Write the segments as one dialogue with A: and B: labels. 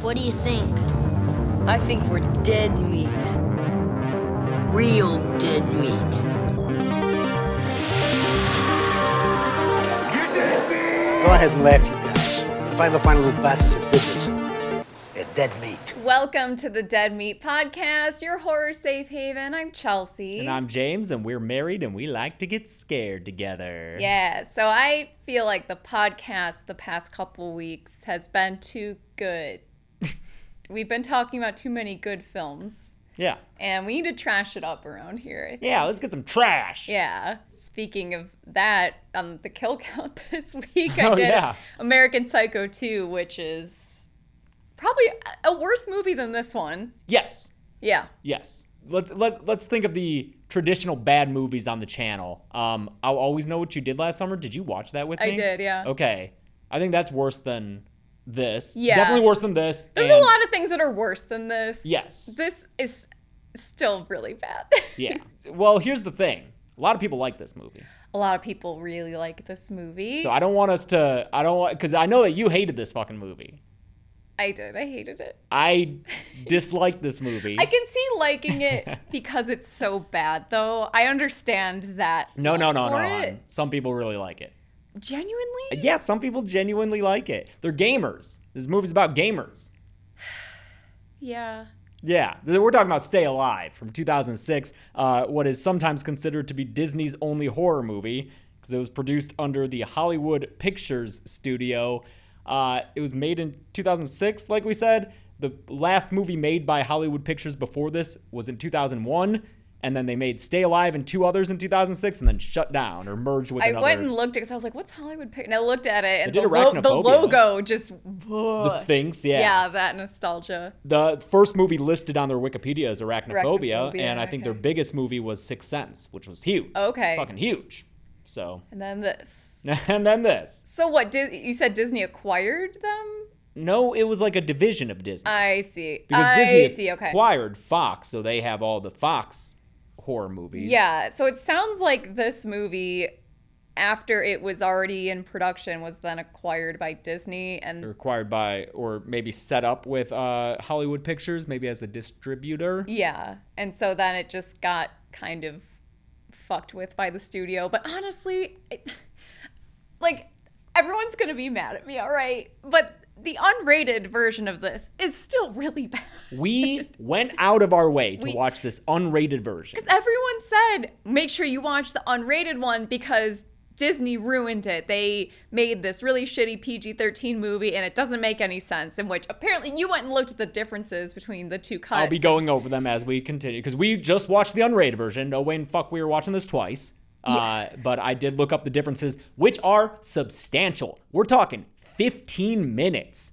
A: What do you think?
B: I think we're dead meat. Real dead meat.
C: Go ahead and laugh, you guys. If I ever find a little bastards that did this, they're dead meat.
D: Welcome to the Dead Meat Podcast, your horror safe haven. I'm Chelsea.
E: And I'm James, and we're married, and we like to get scared together.
D: yeah, so I feel like the podcast the past couple weeks has been too good. We've been talking about too many good films,
E: Yeah.
D: and we need to trash it up around here. I think.
E: Yeah, let's get some trash.
D: Yeah. Speaking of that, um, the kill count this week, I
E: Oh,
D: did
E: yeah.
D: American Psycho 2, which is probably a worse movie than this one.
E: Yes.
D: Yeah.
E: Yes. Let, let, let's think of the traditional bad movies on the channel. Um, I'll always know what you did last summer. Did you watch that with
D: I
E: me?
D: did, yeah.
E: Okay. I think that's worse than this.
D: Yeah.
E: Definitely worse than this.
D: There's
E: and-
D: a lot of things that are worse than this.
E: Yes.
D: This is still really bad.
E: yeah. Well, here's the thing. A lot of people like this movie.
D: a lot of people really like this movie.
E: So
D: I,
E: I don't want us to I don't want because I know that you hated this fucking movie.
D: did. I hated it.
E: I dislike this movie.
D: I can see liking it because it's so bad, though. I understand that.
E: no, no, no, no.
D: for
E: hon.
D: it.
E: Some people really like it.
D: Genuinely?
E: Yeah, some people genuinely like it. They're gamers. This movie's about gamers.
D: Yeah.
E: Yeah, th- we're talking about Stay Alive from 2006, uh, what is sometimes considered to be Disney's only horror movie because it was produced under the Hollywood Pictures studio. Uh, it was made in 2006, like we said. The last movie made by Hollywood Pictures before this was in 2001, and then they made Stay Alive and two others in 2006, and then shut down or merged with
D: I
E: another.
D: went and looked at because I was like, "What's Hollywood Pic-" And I looked at it, and the,
E: They did
D: lo- the
E: Arachnophobia.
D: logo just
E: the Sphinx,
D: yeah. that nostalgia.
E: the first movie listed on their Wikipedia is Arachnophobia,
D: Arachnophobia,
E: and I think their
D: okay.
E: biggest movie was Sixth Sense, which was huge.
D: Okay.
E: Fucking huge. So,
D: And then this.
E: and then this.
D: So what? Di- you said Disney acquired them?
E: No, it was like a division of Disney.
D: I see.
E: because
D: Uh, I
E: Disney
D: see. Okay.
E: acquired Fox, so they have all the Fox horror movies.
D: Yeah. So it sounds like this movie, after it was already in production, was then acquired by Disney,
E: They're
D: and
E: Acquired by, or maybe set up with uh, Hollywood Pictures, maybe as a distributor.
D: yeah, and so then it just got kind of fucked with by the studio. But honestly, it, like everyone's gonna be mad at me, all right? But the unrated version of this is still really bad.
E: We went out of our way to
D: We-
E: watch this unrated version.
D: Because everyone said, make sure you watch the unrated one because Disney ruined it. They made this really shitty PG 13 movie and it doesn't make any sense. In which apparently you went and looked at the differences between the two cuts.
E: I'll be going over them as we continue because we just watched the unrated version. No way in fuck we were watching this twice. Uh, but I did look up the differences, which are substantial. We're talking 15 minutes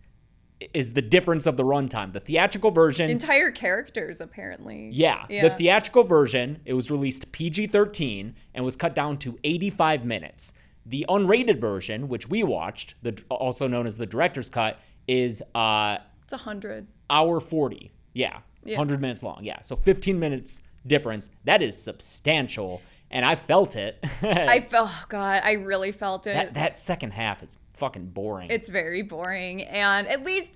E: is the difference of the runtime. The theatrical version,
D: Entire characters, apparently.
E: yeah,
D: Yeah.
E: the theatrical version, it was released PG 13 and was cut down to 85 minutes. The unrated version, which we watched, the also known as the director's cut, is uh,
D: It's 100.
E: hour 40 yeah,
D: Yeah.
E: 100 minutes long yeah so 15 minutes difference that is substantial and i felt it
D: I felt, oh God, I really felt it.
E: that, that second half is fucking boring
D: it's very boring. And at least,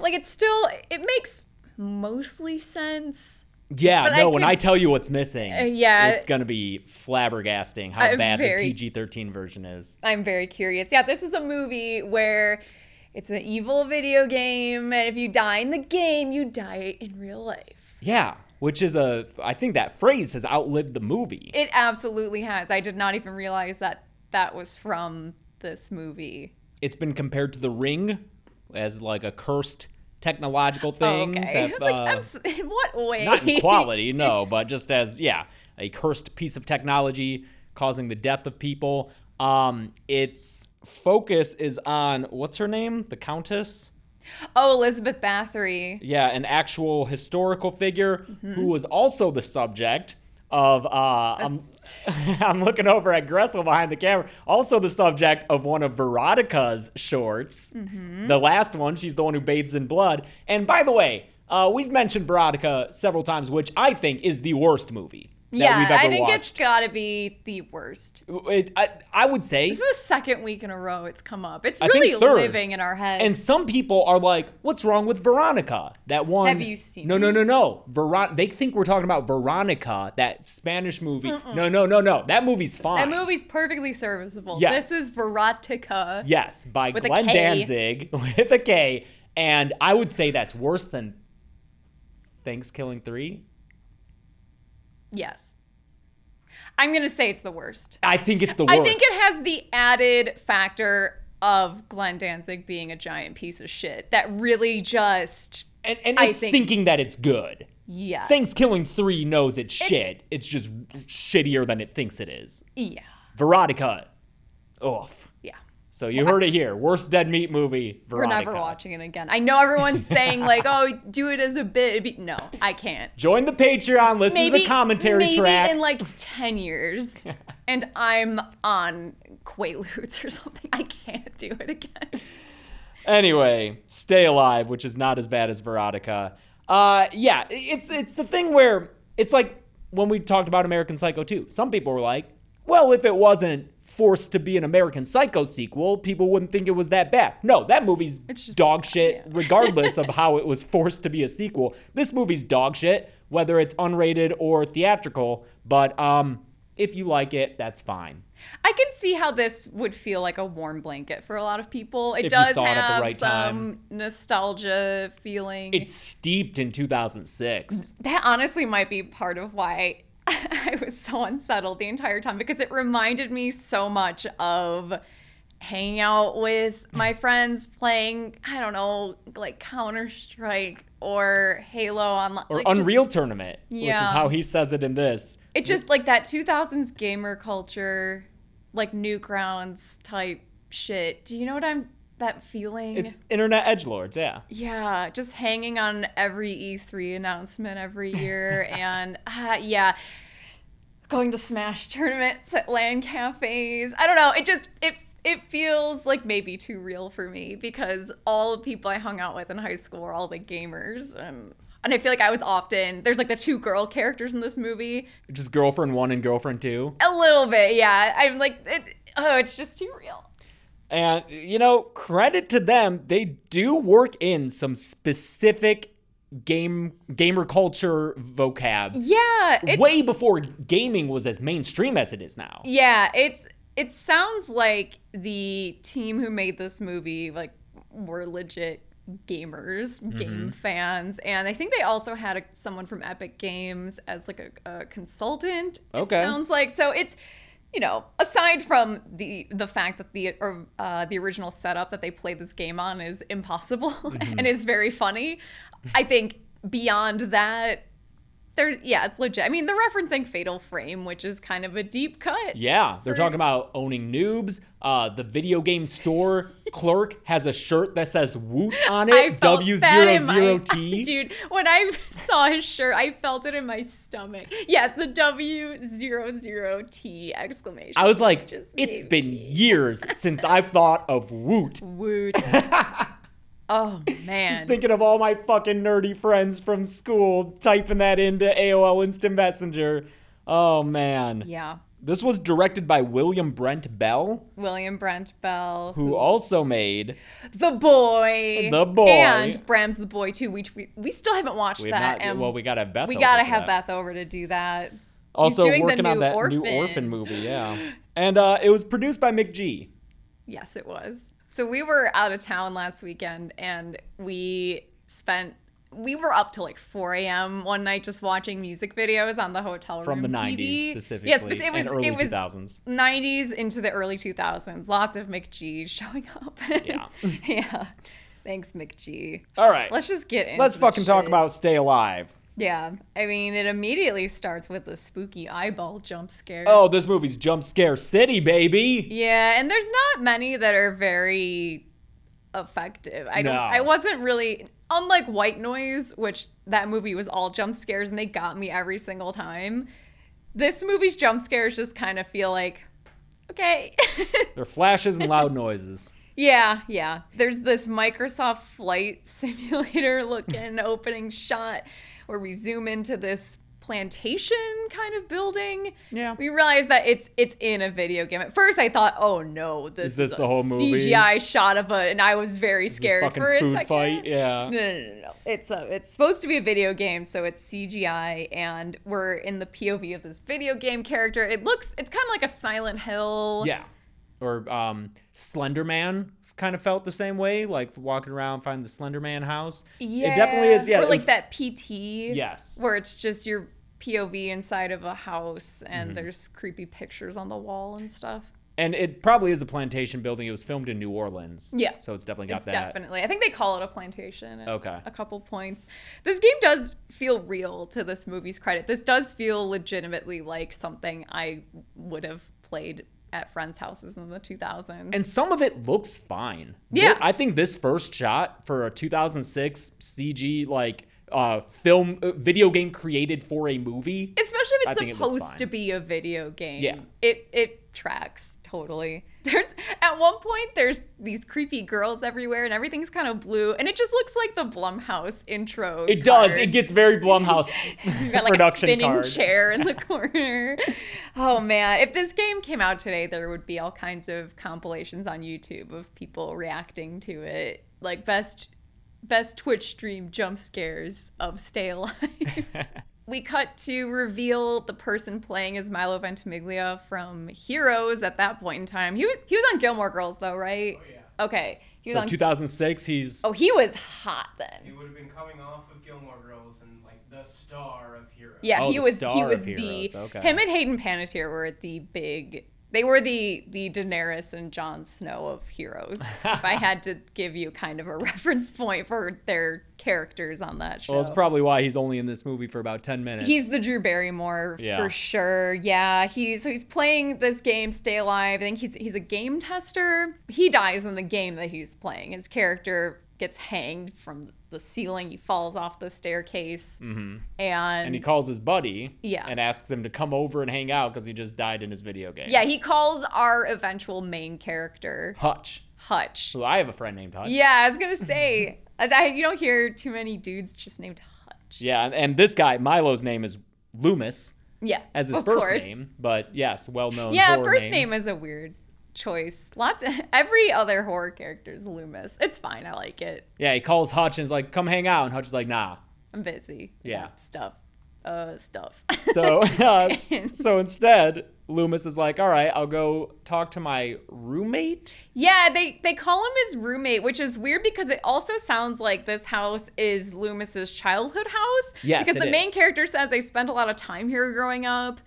D: like, it's still, it makes mostly sense.
E: yeah
D: but
E: no
D: I
E: when
D: could-
E: i tell you what's missing
D: yeah.
E: it's gonna be flabbergasting how
D: I'm
E: bad
D: very-
E: the pg-13 version is
D: I'm very curious. Yeah, this is the movie where it's an evil video game, and if you die in the game, you die in real life.
E: yeah which is a i think that phrase has outlived the movie
D: It absolutely has. I did not even realize that that was from this movie.
E: it's been compared to the ring as like a cursed technological thing
D: Oh, okay.
E: that,
D: It's like,
E: uh,
D: I'm s- in what way?
E: not in quality, no, but just as yeah, a cursed piece of technology causing the death of people. Um, its focus is on what's her name, the Countess.
D: Oh, Elizabeth Bathory.
E: Yeah, an actual historical figure who was also the subject of. Uh, I'm, I'm looking over at Gressel behind the camera. Also, the subject of one of Veronica's shorts.
D: Mm-hmm.
E: The last one, she's the one who bathes in blood. And by the way, uh, we've mentioned Veronica several times, which I think is the worst movie.
D: yeah,
E: we've ever
D: I think
E: watched.
D: it's gotta be the worst.
E: It- I, I would say
D: This is the second week in a row it's come up. It's
E: I think
D: really
E: third.
D: living in our heads.
E: And some people are like, "What's wrong with Veronica?" That one.
D: Have you seen
E: No, no, no, no. Veron. They think we're talking about Veronica, that Spanish movie. No, no, no, no. That movie's
D: that
E: fine.
D: movie's perfectly serviceable.
E: Yes.
D: This is Verotica.
E: Yes, by
D: With a
E: Glenn
D: K.
E: Danzig with a K. And I would say that's worse than Things Killing Three.
D: Yes. I'm gonna say it's the worst.
E: I think it's the worst.
D: I think it has the added factor of Glenn Danzig being a giant piece of shit that really just
E: and, and
D: I
E: it's
D: think-
E: thinking that it's good.
D: yes.
E: Things Killing Three knows it's shit. It's just shittier than it thinks it is.
D: Yeah.
E: Veronica. Oof.
D: Yeah.
E: So you heard it here. Worst dead meat movie.
D: We're
E: Veronica.
D: never watching it again. I know everyone's saying like, "Oh, do it as a bit." It'd be- No, I can't.
E: Join the Patreon. Listen to the commentary
D: maybe
E: track.
D: in like 10 years and i'm on quaaludes or something i can't do it again
E: anyway, Stay Alive, which is not as bad as Veronica. Uh, yeah, it's it's the thing where it's like when we talked about American Psycho 2. Some people were like, well, if it wasn't forced to be an American Psycho sequel, people wouldn't think it was that bad. No, that movie's
D: It's just-
E: dog shit, regardless of how it was forced to be a sequel. This movie's dog shit, whether it's unrated or theatrical. But um, if you like it, that's fine.
D: i can see how this would feel like a warm blanket for a lot of people it
E: If you
D: does
E: saw it at the
D: have
E: right
D: some
E: time.
D: nostalgia feeling
E: It's steeped in 2006.
D: that honestly might be part of why i was so unsettled the entire time because it reminded me so much of hanging out with my friends playing i don't know like counter-strike or halo online
E: or
D: like just-
E: Unreal Tournament, which is
D: Yeah.
E: how he says it in this.
D: It just like that 2000s gamer culture, like Newgrounds type shit. Do you know what I'm that feeling?
E: It's internet edge lords, yeah.
D: yeah, just hanging on every E3 announcement every year, and uh, yeah, going to Smash tournaments at LAN cafes. I don't know. It just it it feels like maybe too real for me because all the people I hung out with in high school were all like gamers and. And I feel like I was often there's like the two girl characters in this movie
E: Just girlfriend one and girlfriend two,
D: a little bit, yeah. I'm like, it, oh, it's just too real.
E: and you know, credit to them, they do work in some specific game gamer culture vocab
D: Yeah, it,
E: way before gaming was as mainstream as it is now.
D: yeah. It's it sounds like the team who made this movie like were legit gamers, game fans, and I think they also had a, someone from Epic Games as like a, a consultant.
E: Okay.
D: it sounds like so it's. You know, aside from the the fact that the or, uh, the original setup that they play this game on is impossible and is very funny, I think beyond that, they're yeah, it's legit. I mean, they're referencing Fatal Frame, which is kind of a deep cut.
E: Yeah, they're talking about owning noobs. Uh, the video game store clerk has a shirt that says "Woot" on
D: I
E: it.
D: felt
E: W
D: that
E: zero
D: in my-
E: zero T.
D: Dude, when I saw his shirt, I felt it in my stomach. Yes, the W zero zero T exclamation.
E: I was like,
D: Just
E: it's
D: me.
E: been years since I've thought of Woot.
D: woot. oh man.
E: Just thinking of all my fucking nerdy friends from school typing that into AOL Instant Messenger. Oh man.
D: yeah.
E: This was directed by William Brent Bell,
D: William Brent Bell,
E: who also made
D: the boy,
E: The Boy.
D: and Bram's the boy too. Which we, we still haven't watched
E: we have
D: that,
E: not-
D: and
E: well, we gotta have Beth.
D: we
E: over
D: gotta
E: for
D: have
E: that.
D: Beth over to do that.
E: Also
D: doing the
E: working on
D: new
E: that new orphan
D: Orphan.
E: movie, yeah. And uh, it was produced by Mick G.
D: Yes, it was. So we were out of town last weekend and we spent we were up till like 4 a.m. one night just watching music videos on the hotel room
E: From the
D: TV.
E: 90s specifically,
D: Yes, because it was
E: and early
D: it was
E: 2000s.
D: 90s into the early 2000s. Lots of McG showing up.
E: Yeah.
D: yeah. Thanks, McG.
E: All right,
D: Let's just get into
E: let's
D: the
E: fucking talk
D: shit.
E: about Stay Alive.
D: Yeah, I mean, it immediately starts with a spooky eyeball jump scare.
E: Oh, this movie's jump scare city, baby.
D: Yeah, and there's not many that are very effective. I don't
E: No.
D: I wasn't really unlike White Noise, which that movie was all jump scares and they got me every single time. This movie's jump scares just kind of feel like okay.
E: There are flashes and loud noises.
D: yeah, yeah. There's this Microsoft flight simulator looking opening shot where we zoom into this plantation kind of building.
E: Yeah.
D: We realize that it's it's in a video game. At first I thought, "Oh no, this
E: Is this
D: a
E: the whole movie?
D: CGI shot of a and I was very
E: This
D: scared
E: fucking
D: for a
E: food
D: second.
E: fight.
D: No,
E: Yeah.
D: no, no, no. It's a, it's supposed to be a video game, so it's CGI, and we're in the POV of this video game character. It looks, it's kind of like a Silent Hill.
E: Yeah. Or um, Slender Man kind of felt the same way, like walking around, finding the Slender Man house. It definitely is. Yeah.
D: Or
E: it
D: like
E: was-
D: that PT.
E: Yes.
D: Where it's just your POV inside of a house, and
E: Mm-hmm.
D: there's creepy pictures on the wall and stuff.
E: And it probably is a plantation building. It was filmed in New Orleans.
D: Yeah.
E: So it's definitely got
D: it's
E: that.
D: definitely. I think they call it a plantation. at
E: Okay.
D: A couple points. This game does feel real to this movie's credit. This does feel legitimately like something I would have played at friends' houses in the 2000s.
E: and some of it looks fine.
D: Yeah.
E: I think this first shot for a 2006 CG like uh film uh, video game created for a movie.
D: Especially if
E: I
D: it's
E: think it looks
D: supposed to
E: fine.
D: be a video game.
E: Yeah.
D: It it tracks totally. There's at one point there's these creepy girls everywhere and everything's kind of blue and it just looks like the Blumhouse intro.
E: It does.
D: card.
E: It gets very Blumhouse
D: You've got like a
E: production
D: spinning
E: card.
D: chair in the corner. oh man, if this game came out today, there would be all kinds of compilations on YouTube of people reacting to it, like best best Twitch stream jump scares of Stay Alive. we cut to reveal the person playing is Milo Ventimiglia from Heroes. At that point in time, he was he was on Gilmore Girls though, right? Okay, he was
E: So
D: on.
E: 2006 he's
D: oh, he was hot then.
A: He would have been coming off of Gilmore Girls and like the star of Heroes.
D: Yeah,
E: Oh,
D: he
E: the
D: was
E: star
D: he
E: of
D: was the
E: Heroes, okay.
D: him and Hayden Panettiere were the big they were the the Daenerys and Jon Snow of heroes. if I had to give you kind of a reference point for their characters on that show.
E: Well, that's probably why he's only in this movie for about 10 minutes.
D: He's the Drew Barrymore
E: Yeah.
D: for sure. Yeah, he's so he's playing this game, Stay Alive. I think he's he's a game tester. He dies in the game that he's playing. His character gets hanged from the ceiling. He falls off the staircase, and,
E: Mm-hmm. and he calls his buddy
D: Yeah.
E: and asks him to come over and hang out because he just died in his video game.
D: Yeah, he calls our eventual main character
E: Hutch.
D: Hutch.
E: Who I have a friend named Hutch.
D: Yeah, I was gonna say I- I- you don't hear too many dudes just named Hutch.
E: Yeah, and, and this guy, Milo's name is Loomis
D: Yeah,
E: as his
D: of
E: first
D: course.
E: name, but yes, well known.
D: Yeah,
E: horror
D: first name. is a weird choice. Lots. every other horror character is Loomis. It's fine. I like it.
E: Yeah, he calls Hutch and is like, "Come hang out," and Hutch is like, "Nah."
D: I'm busy.
E: Yeah.
D: Stuff. Uh, stuff.
E: So, uh, s- so instead, Loomis is like, "All right, I'll go talk to my roommate."
D: Yeah, they they call him his roommate, which is weird because it also sounds like this house is Loomis's childhood house.
E: Yes,
D: because
E: it
D: the main
E: is.
D: character says I spent a lot of time here growing up,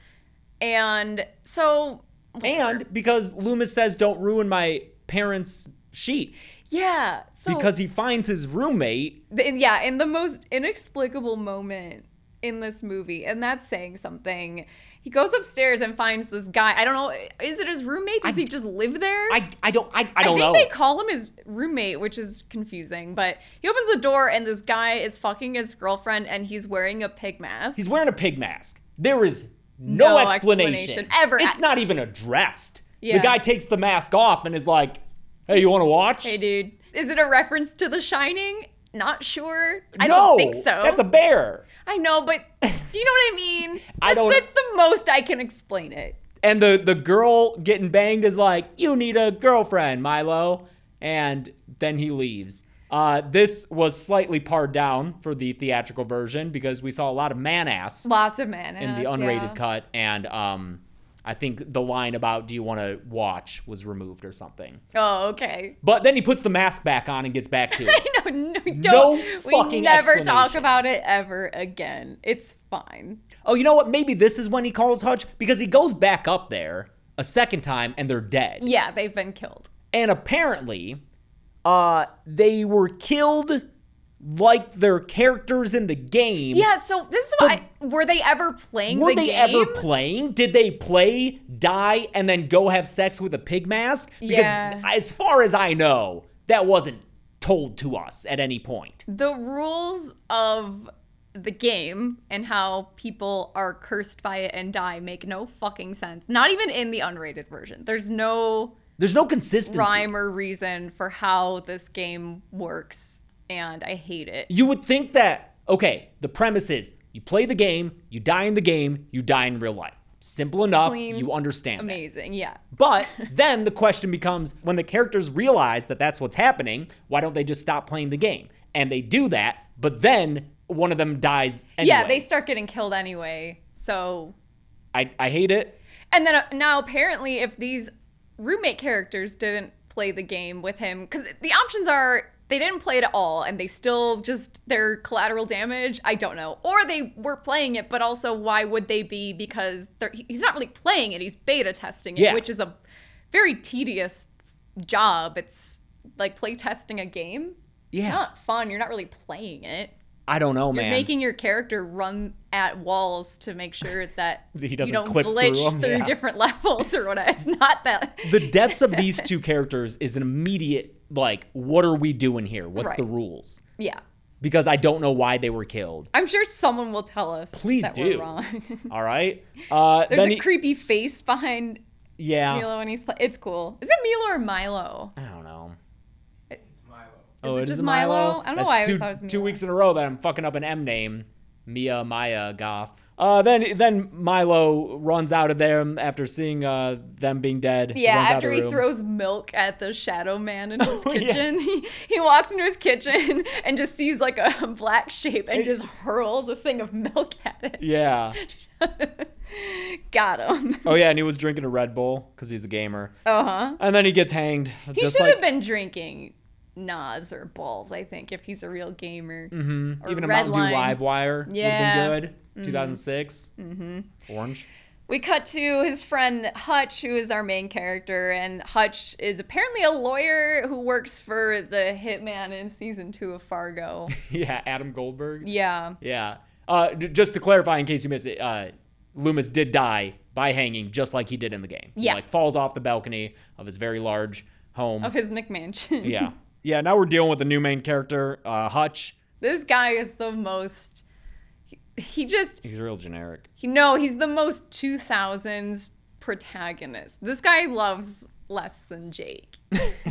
D: and so whatever.
E: And because Loomis says, "Don't ruin my parents' sheets,"
D: yeah, so
E: because he finds his roommate.
D: and yeah, in the most inexplicable moment in this movie, and that's saying something. He goes upstairs and finds this guy. I don't know. Is it his roommate? Does he just live there?
E: I, I don't I, I
D: I
E: don't
D: think
E: know.
D: they call him his roommate, which is confusing. But he opens the door and this guy is fucking his girlfriend and he's wearing a pig mask.
E: He's wearing a pig mask. There is no,
D: No
E: explanation.
D: explanation ever.
E: It's not even addressed.
D: Yeah.
E: The guy takes the mask off and is like, "Hey, you want to watch?"
D: hey, dude. Is it a reference to The Shining? Not sure. I
E: no,
D: don't think so.
E: That's a bear.
D: I know, but do you know what I mean?
E: I
D: That's-
E: don't-
D: That's the most I can explain it.
E: And the the girl getting banged is like, "You need a girlfriend, Milo," and then he leaves. Uh, this was slightly pared down for the theatrical version because we saw a lot of man ass
D: Lots of man
E: in the unrated cut, and um, I think the line about "Do you want to watch?" was removed or something.
D: Oh, okay.
E: But then he puts the mask back on and gets back to it.
D: No, no, don't. we
E: fucking
D: never talk
E: explanation.
D: about it ever again. It's fine.
E: oh, you know what? Maybe this is when he calls Hutch because he goes back up there a second time and they're dead.
D: Yeah, they've been killed.
E: And apparently, uh, they were killed like their characters in the game.
D: Yeah, so this is why. Were they ever playing
E: Were
D: the
E: they
D: game?
E: ever playing? Did they play, die, and then go have sex with a pig mask? Because
D: Yeah.
E: as far as I know, that wasn't told to us at any point.
D: the rules of the game and how people are cursed by it and die make no fucking sense. Not even in the unrated version. There's no
E: There's no consistency.
D: rhyme or reason for how this game works, and I hate it.
E: You would think that, okay, the premise is You play the game, you die in the game, you die in real life. Simple enough,
D: Clean.
E: you understand. that.
D: Amazing. Yeah.
E: But then the question becomes when the characters realize that that's what's happening, why don't they just stop playing the game? And they do that, but then one of them dies anyway.
D: Yeah, they start getting killed anyway. So,
E: I, I hate it.
D: and then uh, now apparently, if these roommate characters didn't play the game with him, because the options are they didn't play it at all and they still just their collateral damage. I don't know, or they were playing it, but also why would they be? Because they're, he- he's not really playing it; he's beta testing it,
E: Yeah.
D: which is a very tedious job. It's like play testing a game.
E: Yeah.
D: Not fun. You're not really playing it.
E: I don't know,
D: You're
E: man.
D: making your character run at walls to make sure that
E: He
D: you
E: doesn't
D: don't
E: clip through
D: glitch through,
E: them, yeah.
D: different levels or whatever. It's not that.
E: the deaths of these two characters is an immediate, like, what are we doing here? What's the
D: Right.
E: rules?
D: yeah,
E: Because I don't know why they were killed.
D: I'm sure someone will tell us.
E: Please
D: that
E: do.
D: We're wrong.
E: All right. Uh,
D: There's
E: then
D: a
E: he-
D: creepy face behind
E: yeah.
D: Milo, and he's pla- it's cool. Is it Milo or Milo?
E: I don't know.
A: It's Milo.
E: oh,
D: it
E: it is
D: just
E: a Milo.
D: Milo? I don't know
E: That's
D: why I
E: two,
D: always thought it was
E: two
D: Milo.
E: weeks in a row that I'm fucking up an M name. Mia, Maya, Goth. Uh, then then Milo runs out of there after seeing uh, them being dead.
D: Yeah,
E: runs out
D: after
E: of the
D: he
E: room.
D: throws milk at the shadow man in his
E: Oh, yeah.
D: kitchen, he, he walks into his kitchen and just sees like a black shape and just hurls a thing of milk at it.
E: Yeah.
D: Got him.
E: Oh yeah, and he was drinking a Red Bull because he's a gamer.
D: Uh huh.
E: And then he gets hanged.
D: He
E: just
D: should
E: like,
D: have been drinking Nas or balls, I think, if he's a real gamer. Mm-hmm. Or
E: even a
D: Red
E: Mountain
D: Line.
E: Dew Live Wire.
D: Yeah.
E: Would have been good. 2006. Mm-hmm. Orange.
D: We cut to his friend Hutch, who is our main character, and Hutch is apparently a lawyer who works for the hitman in season two of Fargo.
E: Yeah, Adam Goldberg.
D: yeah.
E: Yeah. Uh, d- just to clarify, in case you missed it, uh, Loomis did die by hanging, just like he did in the game. He,
D: Yeah.
E: like falls off the balcony of his very large home.
D: Of his McMansion.
E: Yeah. Yeah. Now we're dealing with the new main character, uh, Hutch.
D: This guy is the most. He, he just.
E: He's real generic.
D: He, no, he's the most 2000s protagonist. This guy loves less than Jake.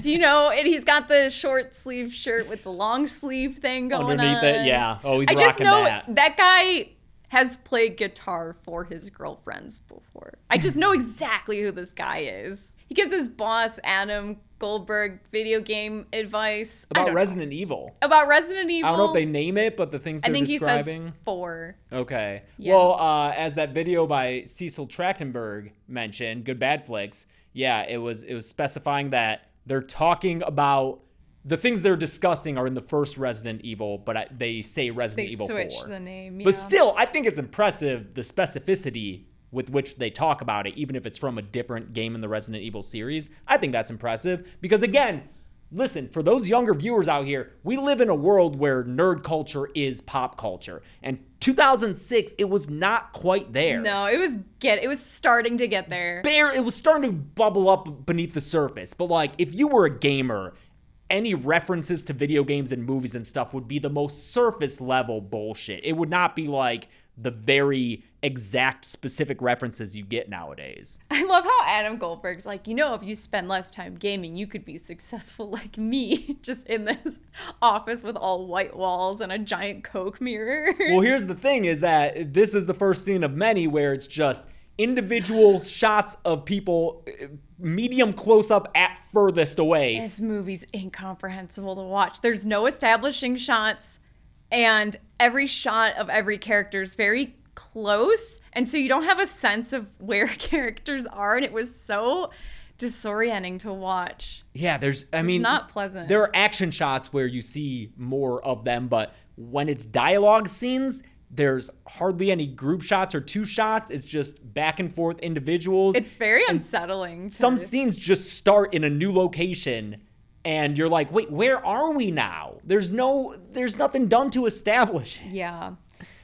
D: Do you know? And he's got the short sleeve shirt with the long sleeve thing going
E: Underneath
D: on.
E: it, yeah. Oh, he's
D: I just
E: rocking
D: know
E: that.
D: guy has played guitar for his girlfriends before. I just know exactly who this guy is. He gives his boss Adam Goldberg video game advice I
E: About
D: don't know.
E: Resident Evil.
D: about Resident Evil.
E: I don't know if they name it, but the things
D: I
E: they're
D: think
E: describing.
D: he says four.
E: Okay.
D: Yeah.
E: Well, uh, as that video by Cecil Trachtenberg mentioned, Good Bad Flicks, yeah, it was it was specifying that they're talking about the things they're discussing are in the first Resident Evil, but I, they say Resident
D: They
E: Evil
D: switch
E: 4.
D: the name.
E: But
D: yeah.
E: still, I think it's impressive the specificity with which they talk about it, even if it's from a different game in the Resident Evil series. I think that's impressive because, again, listen, for those younger viewers out here, we live in a world where nerd culture is pop culture. And 2006, it was not quite there.
D: No, it was get it was starting to get there.
E: Bare, it was starting to bubble up beneath the surface. But, like, if you were a gamer, any references to video games and movies and stuff would be the most surface level bullshit. It would not be like the very exact specific references you get nowadays.
D: I love how Adam Goldberg's like, you know, if you spend less time gaming, you could be successful like me, just in this office with all white walls and a giant Coke mirror.
E: well, here's the thing is that this is the first scene of many where it's just individual shots of people uh, medium close up at furthest away.
D: this movie's incomprehensible to watch. There's no establishing shots, and every shot of every character is very close, and so you don't have a sense of where characters are, and it was so disorienting to watch.
E: Yeah, there's. I mean,
D: not pleasant.
E: There are action shots where you see more of them, but when it's dialogue scenes, there's hardly any group shots or two shots. It's just back and forth individuals.
D: It's very unsettling. to-
E: some scenes just start in a new location, and you're like, wait, where are we now? There's no, there's nothing done to establish. it.
D: Yeah.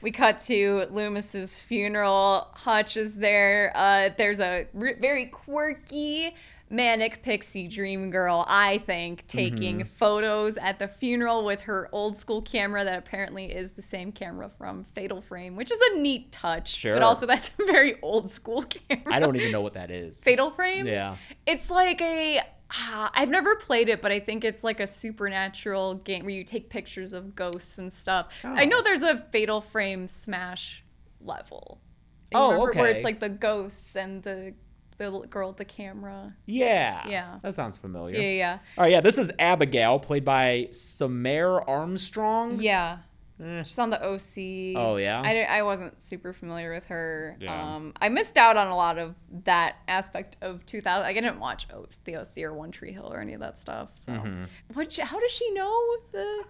D: We cut to Loomis's funeral. Hutch is there. Uh, there's a r- very quirky manic pixie dream girl, I think, taking photos at the funeral with her old school camera that apparently is the same camera from Fatal Frame, which is a neat touch.
E: Sure.
D: But also, that's a very old school camera.
E: I don't even know what that is.
D: Fatal Frame?
E: Yeah.
D: It's like a ah, I've never played it, but I think it's like a supernatural game where you take pictures of ghosts and stuff. I
E: Oh.
D: know there's a Fatal Frame Smash level. You
E: Oh,
D: remember Where
E: okay.
D: it's like the ghosts and the the little girl at the camera.
E: Yeah.
D: Yeah.
E: That sounds familiar.
D: Yeah, yeah,
E: All right, yeah, this is Abigail, played by Samare Armstrong.
D: yeah. She's on the OC.
E: Eh. Oh, yeah?
D: I, di- I wasn't super familiar with her.
E: Yeah.
D: Um, I missed out on a lot of that aspect of 2000. Like, I didn't watch o- the OC or One Tree Hill or any of that stuff. So,
E: Mm-hmm.
D: what? she- How does she know the?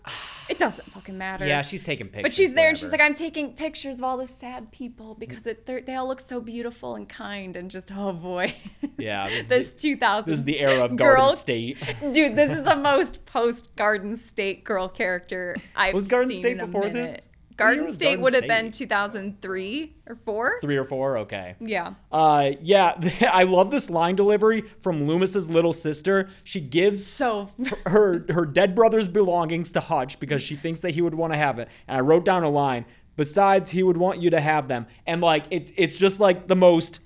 D: It doesn't fucking matter.
E: Yeah, she's taking pictures.
D: But she's there and she's like,
E: whatever.
D: I'm taking pictures of all the sad people because it, they're- they all look so beautiful and kind and just, oh boy.
E: Yeah, this is
D: this
E: the-
D: 2000s.
E: This is the era of
D: girl-
E: Garden State.
D: Dude, this is the most post Garden State girl character I've
E: Was Garden
D: seen
E: State
D: in a
E: before
D: minute.
E: this? What year
D: Garden
E: was
D: State
E: Garden
D: would have been
E: State?
D: 2003 or 4?
E: Three or four, okay.
D: Yeah.
E: Uh, yeah, I love this line delivery from Loomis's little sister. She gives
D: So
E: her her dead brother's belongings to Hutch because she thinks that he would want to have it. And I wrote down a line. Besides, he would want you to have them. And like it's it's just like the most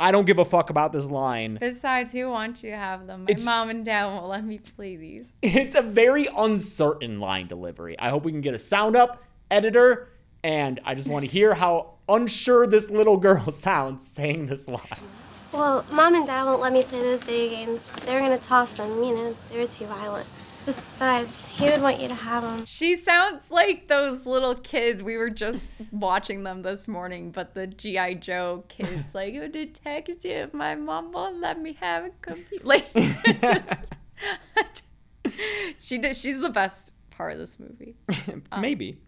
E: I don't give a fuck about this line.
D: besides who wants you to have them? My
E: It's-
D: mom and dad won't let me play these.
E: It's a very uncertain line delivery. I hope we can get a sound up editor and I just want to hear how unsure this little girl sounds saying this line.
F: Well, mom and dad won't let me play those video games. They were gonna toss them, you know, they were too violent. Besides, he would want you to have them.
D: She sounds like those little kids. We were just watching them this morning, but the G.I. Joe kids, like, oh, detective, my mom won't let me have a computer. Like, just. she did, she's the best part of this movie.
E: Maybe.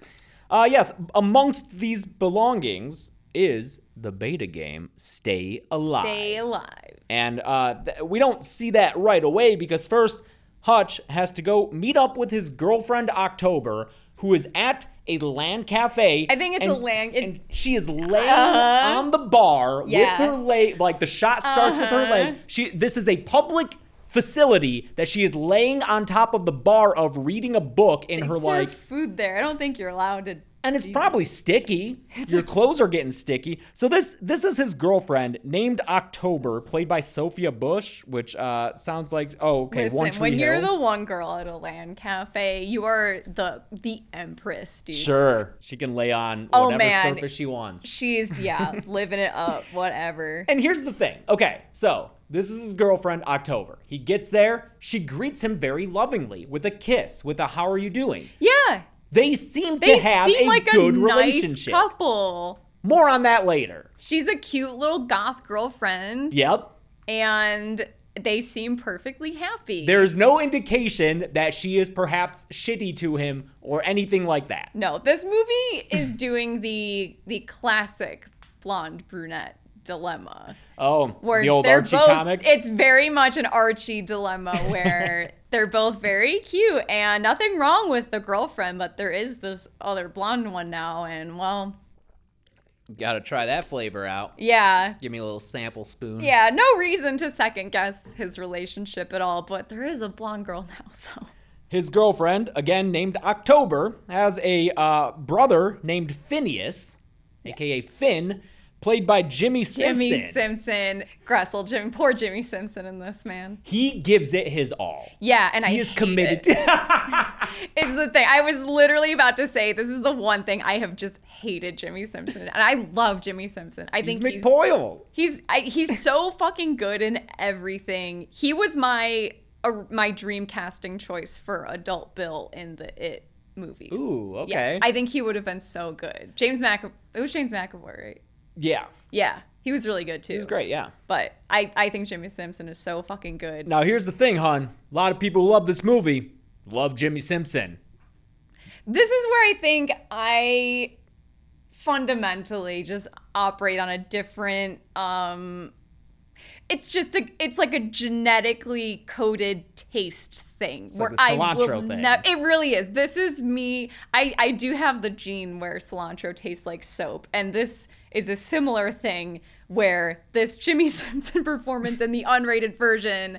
E: Uh, yes, amongst these belongings is the beta game Stay Alive.
D: Stay alive.
E: And uh, th- we don't see that right away because first, Hutch has to go meet up with his girlfriend October, who is at a land cafe.
D: I think it's a land- it-
E: and she is laying on the bar
D: Uh-huh. Yeah. Uh-huh.
E: with her leg. Like the shot starts with her leg. She. This is a public facility that she is laying on top of the bar of, reading a book in her
D: Serve
E: like
D: food there. I don't think you're allowed to.
E: and it's probably sticky. Your clothes are getting sticky. So this this is his girlfriend named October, played by Sophia Bush, which uh, sounds like oh okay.
D: Listen,
E: One Tree
D: when you're
E: Hill.
D: the one girl at a land cafe, you are the the empress, dude.
E: sure, she can lay on
D: Oh,
E: whatever
D: man.
E: surface she wants.
D: She's yeah, living it up, whatever.
E: And here's the thing. Okay, so this is his girlfriend October. He gets there. She greets him very lovingly with a kiss, with a "How are you doing."
D: Yeah,
E: They seem
D: they
E: to have
D: seem
E: a
D: like
E: good
D: a nice
E: relationship.
D: couple.
E: More on that later.
D: She's a cute little goth girlfriend,
E: Yep.
D: and they seem perfectly happy.
E: There's no indication that she is perhaps shitty to him or anything like that.
D: no, this movie is doing the the classic blonde brunette dilemma.
E: Oh,
D: Where
E: the old
D: they're
E: Archie
D: both,
E: comics.
D: It's very much an Archie dilemma where they're both very cute and nothing wrong with the girlfriend, but there is this other blonde one now, and well,
E: Gotta try that flavor out.
D: yeah,
E: Give me a little sample spoon.
D: yeah, no reason to second guess his relationship at all, but there is a blonde girl now, so.
E: His girlfriend, again named October, has a uh, brother named Phineas, aka Finn, played by Jimmy Simpson.
D: Jimmy Simpson, Gressel, Jim, poor Jimmy Simpson in this man.
E: he gives it his all.
D: Yeah, and I
E: He is
D: hate
E: committed.
D: it.
E: To-
D: It's the thing. I was literally about to say this is the one thing I have just hated Jimmy Simpson, and I love Jimmy Simpson. I
E: he's
D: think he's
E: McPoyle.
D: He's I, he's so fucking good in everything. He was my a, my dream casting choice for adult Bill in the It movies.
E: Ooh,
D: Yeah,
E: okay.
D: I think he would have been so good. James Mac it was James McAvoy, right?
E: Yeah,
D: Yeah, he was really good too. He
E: he's great. Yeah.
D: But I I think Jimmy Simpson is so fucking good.
E: Now here's the thing, hon. A lot of people who love this movie love Jimmy Simpson.
D: This is where I think I fundamentally just operate on a different um it's just a it's like a genetically coded taste thing
E: like the cilantro thing.
D: nev- it really is this is me i i do have the gene where cilantro tastes like soap and this is a similar thing where this jimmy simpson performance in the unrated version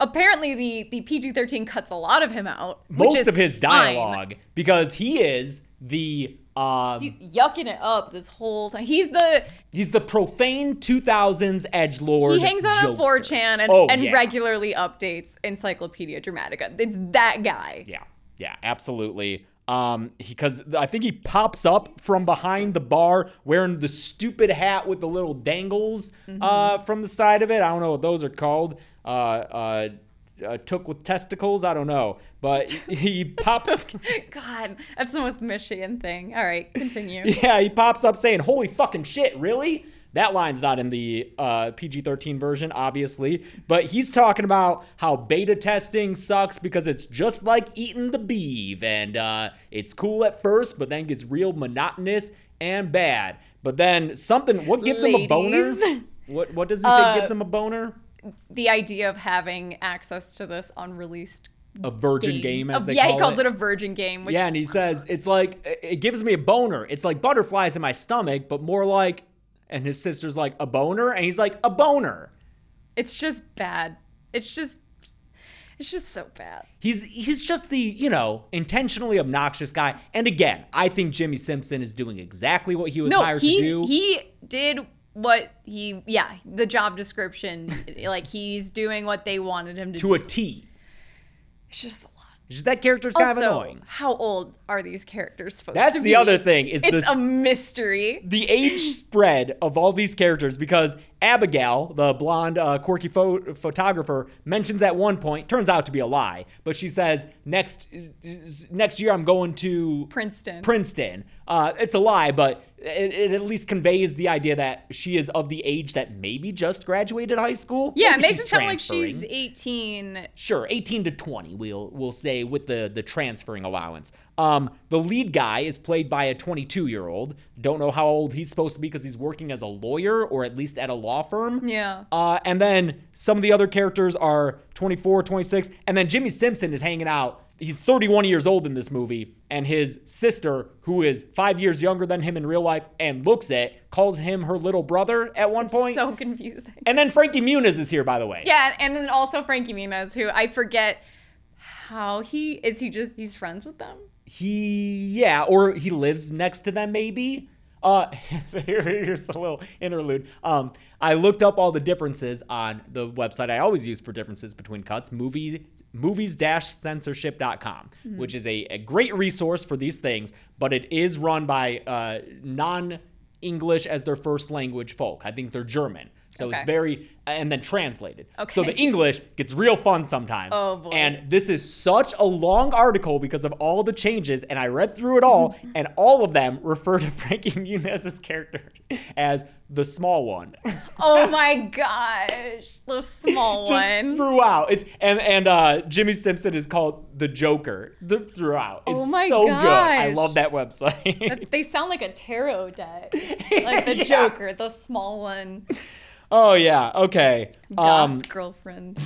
D: apparently the the pg-13 cuts a lot of him out which
E: most
D: is
E: of his
D: fine.
E: dialogue because he is the uh,
D: He's yucking it up this whole time. He's the
E: he's the profane 2000s edge lord.
D: he hangs out on 4chan and,
E: Oh,
D: and
E: yeah.
D: regularly updates Encyclopedia Dramatica. It's that guy.
E: Yeah, yeah, absolutely. Um, because I think he pops up from behind the bar wearing the stupid hat with the little dangles uh, from the side of it. I don't know what those are called. Uh, uh, uh, took with testicles. I don't know, but he pops.
D: God, that's the most Michigan thing. All right, continue.
E: Yeah, he pops up saying, "Holy fucking shit, really?" That line's not in the uh, PG-13 version, obviously, but he's talking about how beta testing sucks because it's just like eating the beeve, and uh, it's cool at first, but then gets real monotonous and bad. But then something, what gives him a boner?
D: Ladies. Uh,
E: What what does he say gives him a boner?
D: the idea of having access to this unreleased
E: A virgin game, as
D: Of-
E: they
D: yeah,
E: call
D: he calls it. a virgin game. Which,
E: yeah, and he says it's like it- it gives me a boner. It's like butterflies in my stomach, but more like. And his sister's like a boner, and he's like a boner.
D: it's just bad. It's just, it's just so bad.
E: He's he's just the you know intentionally obnoxious guy. And again, I think Jimmy Simpson is doing exactly what he was
D: No,
E: hired
D: he's
E: to do.
D: he did what he yeah the job description like he's doing what they wanted him to,
E: to
D: do.
E: a T.
D: it's just a lot.
E: It's Just that character's kind
D: Also,
E: of annoying.
D: how old are these characters supposed
E: That's
D: to
E: the
D: be?
E: other thing is
D: It's
E: the
D: a mystery.
E: the age spread of all these characters because Abigail, the blonde, uh, quirky pho- photographer, mentions at one point, turns out to be a lie, but she says next next year I'm going to
D: Princeton.
E: Princeton. Uh, it's a lie, but it, it at least conveys the idea that she is of the age that maybe just graduated high school.
D: yeah, it
E: Maybe
D: makes
E: she's
D: it sound like
E: transferring
D: she's 18
E: sure 18 to 20 we'll we'll say with the the transferring allowance um the lead guy is played by a 22 year old don't know how old he's supposed to be because he's working as a lawyer or at least at a law firm
D: Yeah.
E: uh and then some of the other characters are 24 26 and then jimmy simpson is hanging out he's 31 years old in this movie and his sister who is five years younger than him in real life and looks it calls him her little brother at one point
D: So confusing.
E: and then frankie muniz is here by the way
D: Yeah, and then also Frankie Muniz, who I forget how he is. He just he's friends with them.
E: he yeah or he lives next to them maybe uh here- here's a little interlude um i looked up all the differences on the website i always use for differences between cuts movie movies-censorship.com which is a, a great resource for these things but it is run by uh non english as their first language folk i think they're german so it's
D: Okay.
E: very and then translated so
D: Okay.
E: the english gets real fun sometimes
D: Oh, boy.
E: and this is such a long article because of all the changes, and I read through it all, and all of them refer to Frankie Muniz's character as the small one.
D: Oh my gosh, the small
E: Just
D: one.
E: throughout. It's and and uh, Jimmy Simpson is called the Joker th- throughout. It's
D: Oh my
E: so good. I
D: gosh.
E: love that website.
D: That's, they sound like a tarot deck, like the
E: Yeah.
D: Joker, the small one,
E: oh yeah. Okay.
D: goth
E: Um,
D: girlfriend.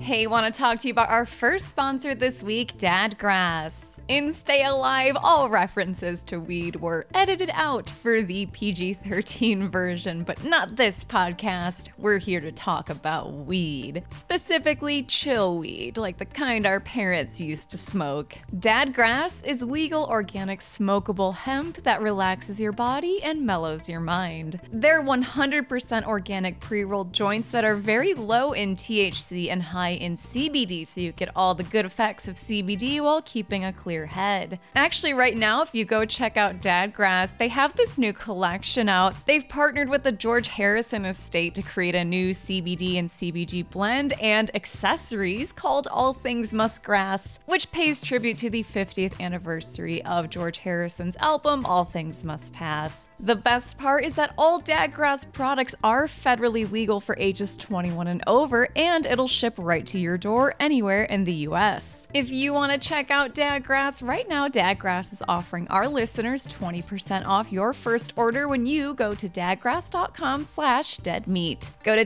D: Hey, want to talk to you about our first sponsor this week, Dad Grass. In Stay Alive, all references to weed were edited out for the PG 13 version, but not this podcast. We're here to talk about weed, specifically chill weed, like the kind our parents used to smoke. Dad Grass is legal organic smokable hemp that relaxes your body and mellows your mind. They're 100% organic pre rolled joints that are very low in THC and high in CBD, so you get all the good effects of CBD while keeping a clear head. Actually, right now, if you go check out Dadgrass, they have this new collection out. They've partnered with the George Harrison Estate to create a new CBD and CBG blend and accessories called All Things Musgrass, which pays tribute to the 50th anniversary of George Harrison's album All Things Must Pass. The best part is that all Dadgrass products are federally legal for ages 21 and over, and it'll ship right to your door anywhere in the US. If you want to check out Dadgrass, right now Dadgrass is offering our listeners 20% off your first order when you go to dadgrass.com slash deadmeat. Go to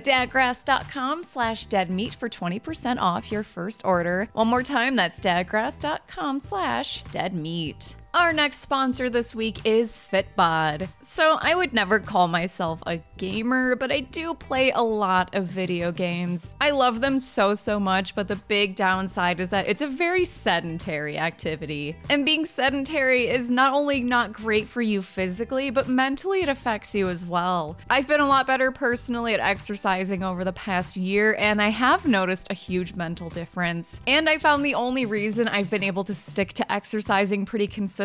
D: dadgrass.com slash deadmeat for 20% off your first order. One more time, that's dadgrass.com slash deadmeat. Our next sponsor this week is Fitbod. So, I would never call myself a gamer, but I do play a lot of video games. I love them so, so much, but the big downside is that it's a very sedentary activity. And being sedentary is not only not great for you physically, but mentally it affects you as well. I've been a lot better personally at exercising over the past year, and I have noticed a huge mental difference. And I found the only reason I've been able to stick to exercising pretty consistently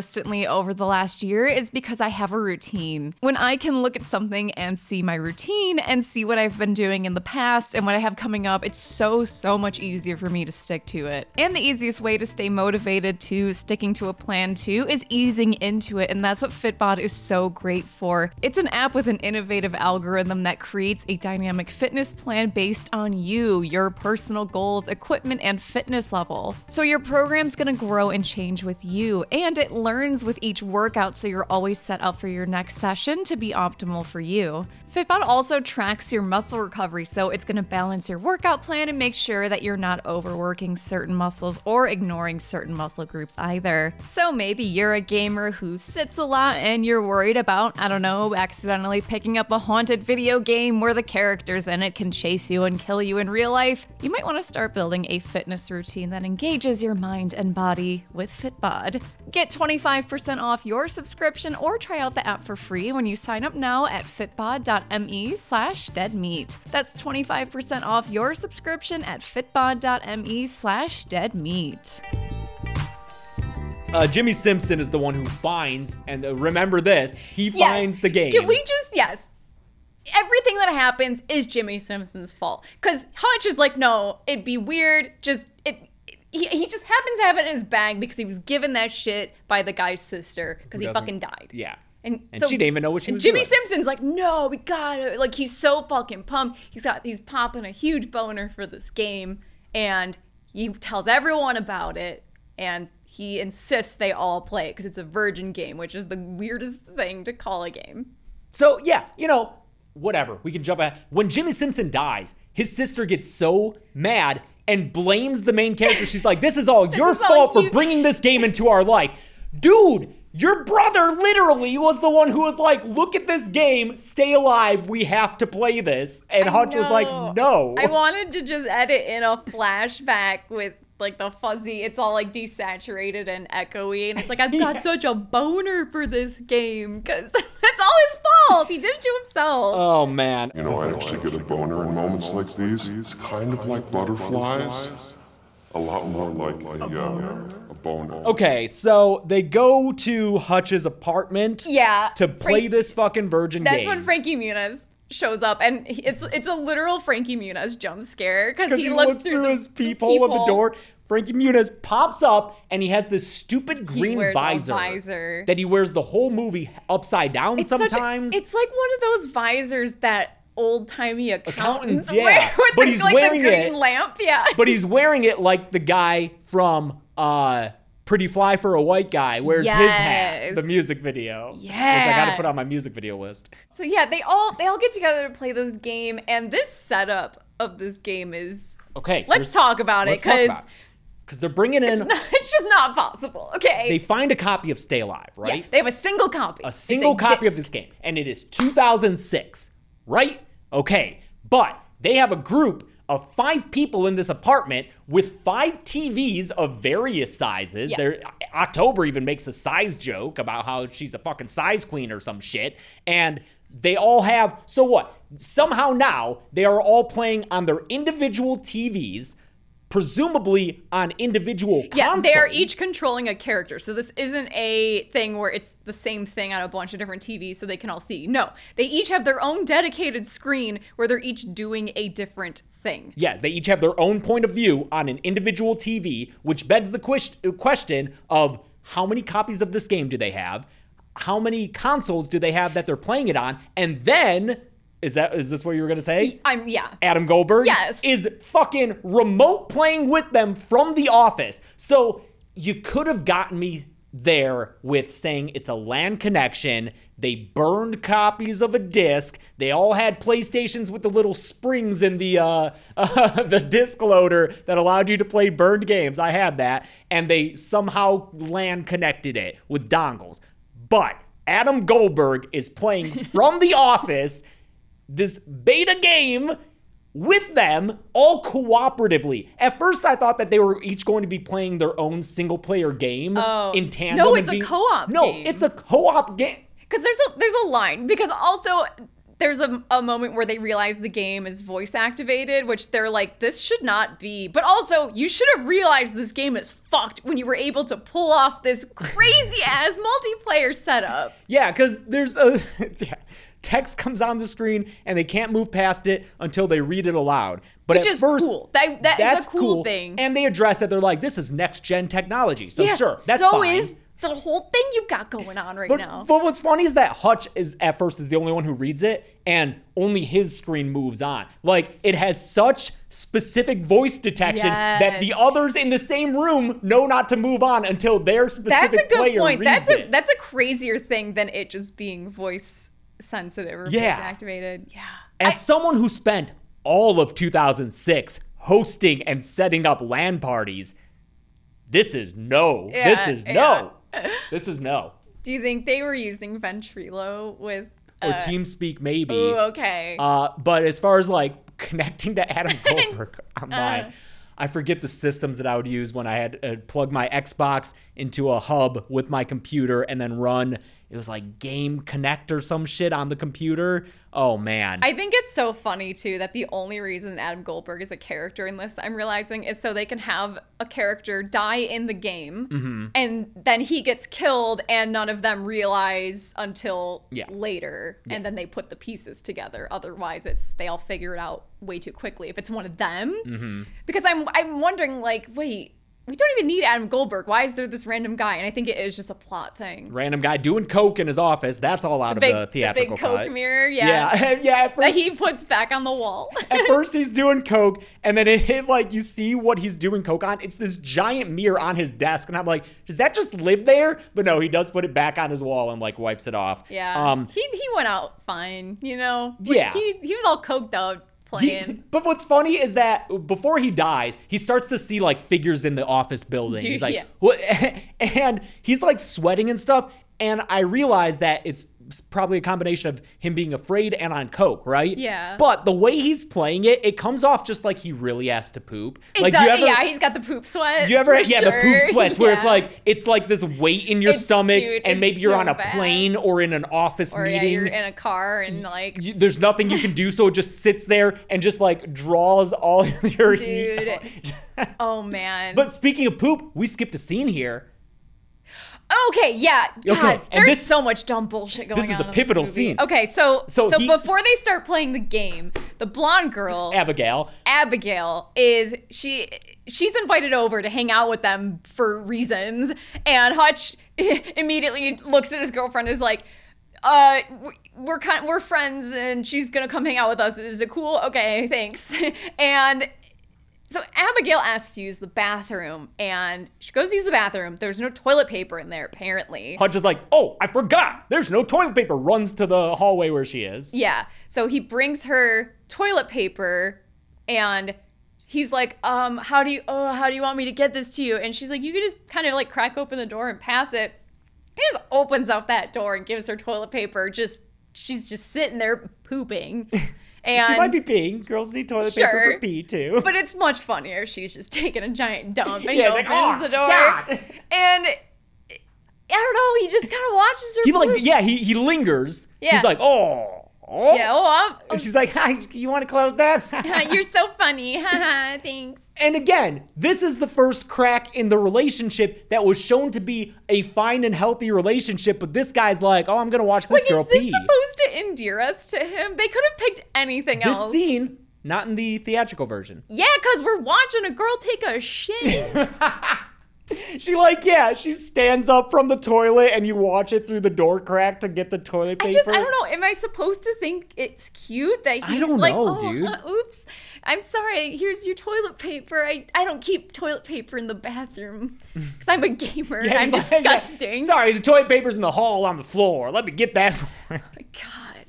D: over the last year is because I have a routine. When I can look at something and see my routine and see what I've been doing in the past and what I have coming up, it's so, so much easier for me to stick to it. And the easiest way to stay motivated to sticking to a plan too is easing into it. And that's what Fitbod is so great for. It's an app with an innovative algorithm that creates a dynamic fitness plan based on you, your personal goals, equipment, and fitness level. So your program's gonna grow and change with you, and it learns with each workout so you're always set up for your next session to be optimal for you. Fitbod also tracks your muscle recovery, so it's gonna balance your workout plan and make sure that you're not overworking certain muscles or ignoring certain muscle groups either. So maybe you're a gamer who sits a lot and you're worried about, I don't know, accidentally picking up a haunted video game where the characters in it can chase you and kill you in real life. You might wanna start building a fitness routine that engages your mind and body with Fitbod. Get 25% off your subscription or try out the app for free when you sign up now at fitbod.me slash deadmeat. That's 25% off your subscription at fitbod.me slash deadmeat.
E: Uh, Jimmy Simpson is the one who finds, and uh, remember this, he
D: Yes.
E: finds the game.
D: Can we just yes? Everything that happens is Jimmy Simpson's fault because Hutch is like, no, it'd be weird. Just it. it- He, he just happens to have it in his bag because he was given that shit by the guy's sister because he
E: doesn't-
D: fucking died.
E: Yeah.
D: And,
E: And
D: so
E: she didn't even know what she
D: and
E: was
D: Jimmy
E: doing.
D: Simpson's like, no, we gotta like he's so fucking pumped. He's got he's popping a huge boner for this game, and he tells everyone about it, and he insists they all play it because it's a virgin game, which is the weirdest thing to call a game.
E: So yeah, you know, whatever. We can jump ahead. When Jimmy Simpson dies, his sister gets so mad and blames the main character. She's like, "This is all your
D: is all
E: fault for
D: you."
E: bringing this game into our life, dude." Your brother literally was the one who was like, "Look at this game, stay alive. We have to play this." And Hutch was like, "No."
D: I wanted to just edit in a flashback with like the fuzzy, it's all like desaturated and echoey. And it's like, I've got such a boner for this game because that's all his fault. He did it to himself.
E: oh man.
G: You know, I actually get a boner in moments like these. It's kind of like butterflies. A lot more like a, uh, a boner.
E: Okay, so they go to Hutch's apartment
D: yeah.
E: to play
D: Frank-
E: this fucking virgin
D: That's
E: game.
D: when Frankie Muniz shows up and he- it's it's a literal Frankie Muniz jump scare because
E: because
D: he,
E: he,
D: looks,
E: through,
D: the-
E: his
D: the
E: peephole of the door. Frankie Muniz pops up and he has this stupid green
D: wears a
E: visor,
D: visor.
E: that he wears the whole movie upside down
D: It's such a-
E: sometimes.
D: it's like one of those visors that old timey accountants,
E: Accountants, yeah.
D: wear with
E: But
D: the,
E: he's
D: like
E: wearing
D: the green
E: it.
D: lamp. Yeah.
E: but he's wearing it like the guy from uh, Pretty Fly for a White Guy wears his hat, the
D: Yes.
E: music video. Which I gotta
D: Yeah.
E: put on my music video list.
D: So yeah, they all they all get together to play this game, and this setup of this game is
E: Okay.
D: let's
E: here's-
D: talk about it
E: let's talk
D: because
E: about Because they're bringing in,
D: it's just not possible. Okay,
E: they find a copy of Stay Alive,
D: Yeah,
E: right?
D: they have a single copy,
E: a single copy of this game, and it is 2006, right? Okay, but they have a group of five people in this apartment with five TVs of various sizes.
D: Yeah.
E: There, October even makes a size joke about how she's a fucking size queen or some shit, and they all have. So what? Somehow now they are all playing on their individual TVs. Presumably on individual consoles.
D: Yeah, they are each controlling a character. So this isn't a thing where it's the same thing on a bunch of different TVs so they can all see. No, they each have their own dedicated screen where they're each doing a different thing.
E: Yeah, they each have their own point of view on an individual TV, which begs the quest- question of how many copies of this game do they have? How many consoles do they have that they're playing it on? And then, is that is this what you were gonna say?
D: I'm yeah.
E: Adam Goldberg
D: Yes.
E: is fucking remote playing with them from the office. So you could have gotten me there with saying it's a LAN connection. They burned copies of a disc. They all had PlayStations with the little springs in the uh, the disc loader that allowed you to play burned games. I had that, and they somehow LAN connected it with dongles. But Adam Goldberg is playing from the office this beta game with them all cooperatively. At first, I thought that they were each going to be playing their own single player game in tandem.
D: Oh. No,
E: and
D: it's a
E: being-
D: co-op
E: No,
D: game.
E: it's a co op game.
D: because there's a there's a line because also there's a, a moment where they realize the game is voice activated which they're like this should not be but also you should have realized this game is fucked when you were able to pull off this crazy ass multiplayer setup
E: Yeah, because there's a yeah, text comes on the screen and they can't move past it until they read it aloud. But
D: Which
E: at
D: is
E: first,
D: cool. That- that is a
E: that's
D: cool thing.
E: And they address that they're like, "This is next gen technology." So sure, that's
D: so
E: fine.
D: is the whole thing you've got going on right
E: But,
D: now
E: but what's funny is that Hutch is at first is the only one who reads it, and only his screen moves on. Like it has such specific voice detection that
D: Yes.
E: the others in the same room know not to move on until their specific
D: that's a good
E: player
D: point
E: reads
D: that's a
E: it.
D: that's a crazier thing than it just being voice sensitive or
E: Yeah.
D: voice activated yeah
E: As someone who spent all of 2006 hosting and setting up LAN parties, this is no. this
D: Yeah,
E: is no. this is no.
D: do you think they were using ventrilo with uh,
E: Or TeamSpeak maybe.
D: Ooh, okay.
E: Uh, but as far as like connecting to Adam
D: Uh-huh.
E: Goldberg on my, I forget the systems that I would use when I had uh, plug my Xbox into a hub with my computer and then run. It was like Game Connect or some shit on the computer. Oh man,
D: I think it's so funny too that the only reason Adam Goldberg is a character in this, I'm realizing, is so they can have a character die in the game,
E: Mm-hmm.
D: and then he gets killed, and none of them realize until
E: Yeah.
D: later, and then they put the pieces together. Otherwise, it's they all figure it out way too quickly if it's one of them.
E: Mm-hmm.
D: Because I'm I'm wondering like, wait, we don't even need Adam Goldberg. Why is there this random guy? And I think it is just a plot thing.
E: random guy doing coke in his office. That's all out
D: Big,
E: of the
D: the
E: theatrical
D: big coke
E: cut.
D: mirror,
E: yeah, yeah. At
D: that
E: first,
D: he puts back on the wall.
E: at first he's doing coke, and then it, it like you see what he's doing coke on. It's this giant mirror on his desk, and I'm like, does that just live there? But no, he does put it back on his wall and like wipes it off.
D: Yeah.
E: Um.
D: he he went out fine, you know.
E: Yeah.
D: He he was all coked out
E: he-
D: playing.
E: but what's funny is that before he dies, he starts to see like figures in the office building.
D: Dude,
E: he's like,
D: yeah.
E: what? and he's like sweating and stuff. And I realize that it's probably a combination of him being afraid and on coke, right?
D: Yeah.
E: But the way he's playing it, it comes off just like he really has to poop.
D: It
E: like
D: does,
E: you ever,
D: yeah, he's got the poop sweat.
E: you ever, yeah, the poop
D: sure.
E: sweats where it's
D: Yeah.
E: like it's like this weight in your
D: It's-
E: stomach,
D: dude,
E: and
D: it's
E: maybe you're
D: so
E: on a
D: bad.
E: plane or in an office
D: or yeah,
E: meeting
D: you're in a car and like
E: you, there's nothing you can do, so it just sits there and just like draws all your heat
D: Dude.
E: out.
D: oh man.
E: but speaking of poop, we skipped a scene here.
D: okay, yeah. God,
E: and
D: there's
E: this-
D: so much dumb bullshit going on.
E: is a
D: in
E: pivotal
D: movie.
E: scene.
D: Okay, so
E: So
D: so,
E: he-
D: before they start playing the game, the blonde girl
E: Abigail,
D: Abigail is she she's invited over to hang out with them for reasons, and Hutch immediately looks at his girlfriend and is like, "Uh, we- we're kind we're friends, and she's gonna come hang out with us. Is it cool? Okay, thanks." and so Abigail asks to use the bathroom, and she goes to use the bathroom. There's no toilet paper in there apparently.
E: Hutch is like, "Oh, I forgot. There's no toilet paper." Runs to the hallway where she is.
D: Yeah. So he brings her toilet paper and he's like, um, how do you oh, how do you want me to get this to you? And she's like, you could just kind of like crack open the door and pass it. He just opens up that door and gives her toilet paper, just she's just sitting there pooping. And
E: She might be peeing. Girls need toilet paper for
D: Sure.
E: pee too.
D: but it's much funnier if she's just taking a giant dump and
E: Yeah,
D: he opens
E: it's like, "Oh,
D: the door.
E: God."
D: And I don't know, he just kind of watches her.
E: he like,
D: poop.
E: yeah, he he lingers.
D: Yeah.
E: He's like, "Oh, oh."
D: Yeah, oh, I'm, oh,
E: And she's like, "Hi, you want to close that?"
D: you're so funny. Haha, thanks.
E: And again, this is the first crack in the relationship that was shown to be a fine and healthy relationship, but this guy's like, oh, I'm gonna watch this
D: Like,
E: girl
D: is this
E: pee.
D: supposed to endear us to him? They could have picked anything
E: this
D: else.
E: scene, not in the theatrical version.
D: Yeah, because we're watching a girl take a shit.
E: She like yeah, she stands up from the toilet and you watch it through the door crack to get the toilet paper.
D: I just I don't know. Am I supposed to think it's cute that he's
E: I don't
D: like,
E: know,
D: oh,
E: dude."
D: uh, oops, I'm sorry. Here's your toilet paper. I, I don't keep toilet paper in the bathroom because I'm a gamer and
E: Yeah,
D: I'm
E: he's like, yeah,
D: disgusting.
E: Sorry, the toilet paper's in the hall on the floor. Let me get that for her."
D: God,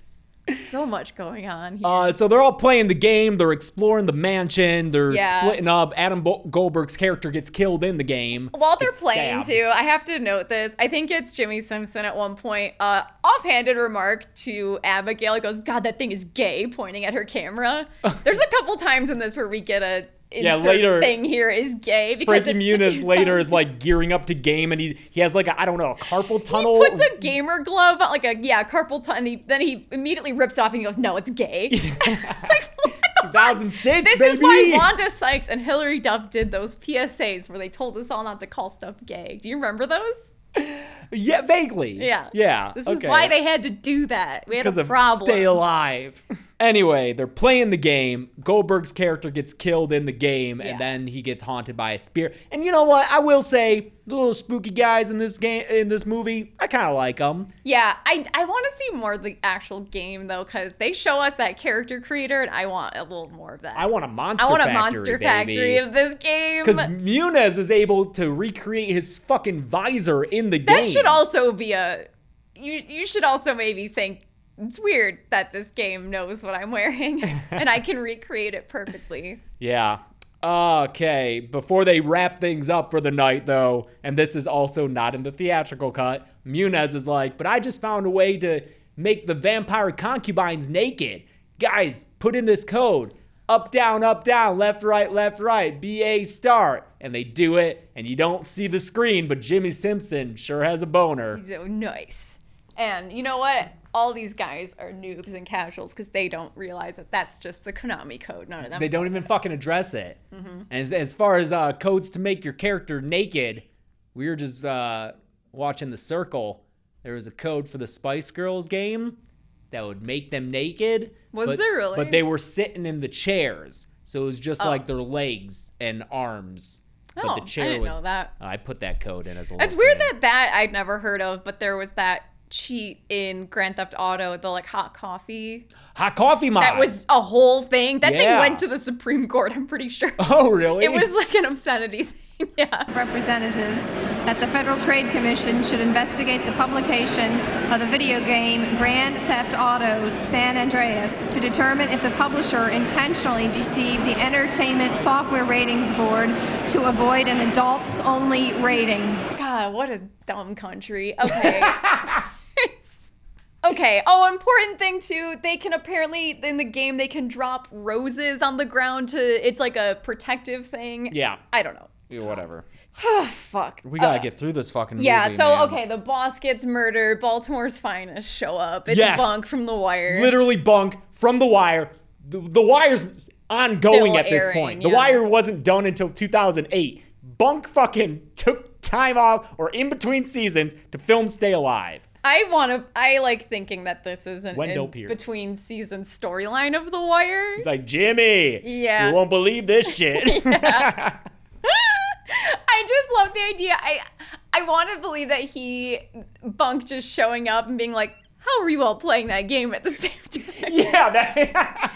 D: so much going on. Here.
E: Uh, so they're all playing the game. They're exploring the mansion. They're
D: Yeah.
E: splitting up. Adam Bo- Goldberg's character gets killed in the game.
D: While they're
E: Gets
D: playing
E: stabbed.
D: too, I have to note this. I think it's Jimmy Simpson at one point. Uh, offhanded remark to Abigail he goes, "God, that thing is gay," pointing at her camera. There's a couple times in this where we get a
E: Yeah,
D: insert
E: later-
D: thing here is gay because
E: Frankie
D: it's the
E: Muniz later
D: 2000s.
E: is like gearing up to game, and he he has like a I don't know a
D: He
E: carpal tunnel.
D: puts a gamer glove, on, like a yeah, carpal tunnel. and he- Then he immediately rips off and he goes, "No, it's gay." like, what the fuck?
E: 2006,
D: This is why
E: baby!
D: Wanda Sykes and Hillary Duff did those PSAs where they told us all not to call stuff gay. Do you remember those?
E: yeah, vaguely.
D: Yeah.
E: yeah.
D: This is
E: okay.
D: why they had to do that. We had
E: because
D: a
E: of
D: problem.
E: stay alive. anyway, they're playing the game. Goldberg's character gets killed in the game,
D: Yeah.
E: and then he gets haunted by a spear. And you know what? I will say the little spooky guys in this game in this movie, I kind of like them.
D: yeah, I, I want to see more of the actual game though, because they show us that character creator, and I want a little more of that.
E: I want a monster.
D: I want a
E: factory,
D: monster factory of this game.
E: Because Munez is able to recreate his fucking visor in the game.
D: That should also be a. You you should also maybe think it's weird that this game knows what I'm wearing and I can recreate it perfectly.
E: Yeah. Okay. Before they wrap things up for the night, though, and this is also not in the theatrical cut, Munez is like, but I just found a way to make the vampire concubines naked. Guys, put in this code up, down, up, down, left, right, left, right, BA start. And they do it, and you don't see the screen, but Jimmy Simpson sure has a boner.
D: So nice. And you know what? All these guys are noobs and casuals because they don't realize that that's just the Konami code. None of them.
E: They don't even fucking address it.
D: Mm-hmm.
E: As as far as uh, codes to make your character naked, we were just uh, watching The Circle. There was a code for the Spice Girls game that would make them naked.
D: Was
E: but-
D: there really?
E: But they were sitting in the chairs, so it was just like their legs and arms.
D: Oh,
E: but
D: I
E: the chair
D: didn't
E: was.
D: know that.
E: I put that code in as a.
D: It's
E: little
D: weird
E: thing.
D: that that I'd never heard of, but there was that cheat in Grand Theft Auto, the like hot coffee.
E: hot coffee mod.
D: That was a whole thing. That thing
E: Yeah.
D: went to the Supreme Court. I'm pretty sure.
E: Oh really?
D: It was like an obscenity thing. Yeah.
H: Representatives that the Federal Trade Commission should investigate the publication of the video game Grand Theft Auto San Andreas to determine if the publisher intentionally deceived the Entertainment Software Ratings Board to avoid an adults-only rating.
D: God, what a dumb country. Okay. okay. Oh, important thing too. They can apparently in the game they can drop roses on the ground to. It's like a protective thing.
E: Yeah.
D: I don't know.
E: Yeah, Whatever.
D: Fuck.
E: We gotta get through this fucking.
D: Yeah,
E: movie,
D: so
E: man.
D: okay, the boss gets murdered. Baltimore's finest show up. It's
E: Yes.
D: Bunk from The Wire.
E: literally bunk from the wire. The, the wire's ongoing
D: Still
E: at this
D: airing,
E: point. The
D: yeah.
E: wire wasn't done until 2008. Bunk fucking took time off or in between seasons to film Stay Alive.
D: I want to. I like thinking that this is an
E: Wendell
D: in
E: Pierce.
D: between season storyline of The Wire.
E: He's like, Jimmy,
D: Yeah.
E: you won't believe this shit.
D: I just love the idea. I I want to believe that he Bunk just showing up and being like, "How are you all playing that game at the same time?"
E: yeah. That,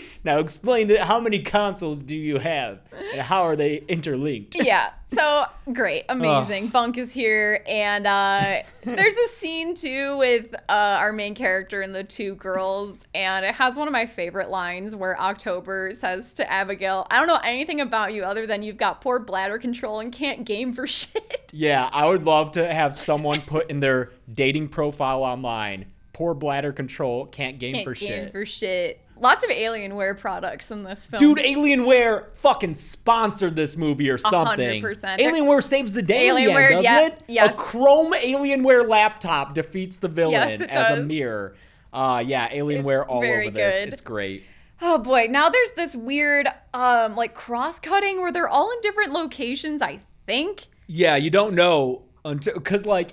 E: now explain that. How many consoles do you have, and how are they interlinked?
D: yeah. So great, amazing. Bunk is here, and uh, there's a scene too with uh, our main character and the two girls, and it has one of my favorite lines where October says to Abigail, "I don't know anything about you other than you've got poor bladder control and can't game for shit."
E: Yeah, I would love to have someone put in their dating profile online. Poor bladder control, can't game
D: Can't
E: for
D: game
E: shit.
D: for shit. Lots of Alienware products in this film.
E: Dude, Alienware fucking sponsored this movie or something.
D: 100%.
E: Alienware saves the day in the
D: Alienware,
E: end, doesn't
D: yeah,
E: it?
D: yes.
E: A Chrome Alienware laptop defeats the villain
D: Yes, it
E: as a
D: does.
E: mirror. Uh, yeah, Alienware
D: It's
E: all
D: very
E: over this.
D: good.
E: It's great.
D: Oh boy, now there's this weird um like cross cutting where they're all in different locations, I think.
E: Yeah, you don't know until because like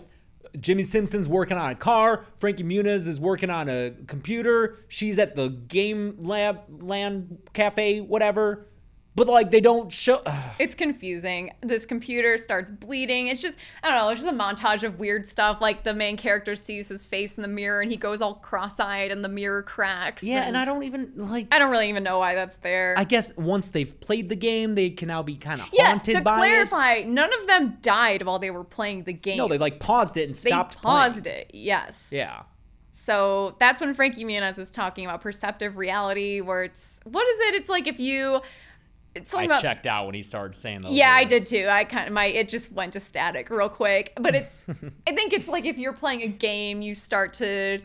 E: Jimmy Simpson's working on a car, Frankie Muniz is working on a computer, she's at the game lab, land cafe, whatever. But like they don't show.
D: It's confusing. This computer starts bleeding. It's just I don't know. It's just a montage of weird stuff. Like the main character sees his face in the mirror and he goes all cross-eyed and the mirror cracks.
E: yeah, and I don't even like.
D: I don't really even know why that's there.
E: I guess once they've played the game, they can now be kind of
D: yeah,
E: haunted
D: to
E: by it.
D: clarify, none of them died while they were playing the game.
E: No, they like paused it and
D: They
E: stopped.
D: paused
E: playing.
D: it. Yes.
E: Yeah.
D: So that's when Frankie Muniz is talking about perceptive reality, where it's what is it? It's like if you, it's
E: I
D: something about
E: checked out when he started saying those.
D: Yeah, I
E: words.
D: did too. I kind of my it just went to static real quick. But it's I think it's like if you're playing a game, you start to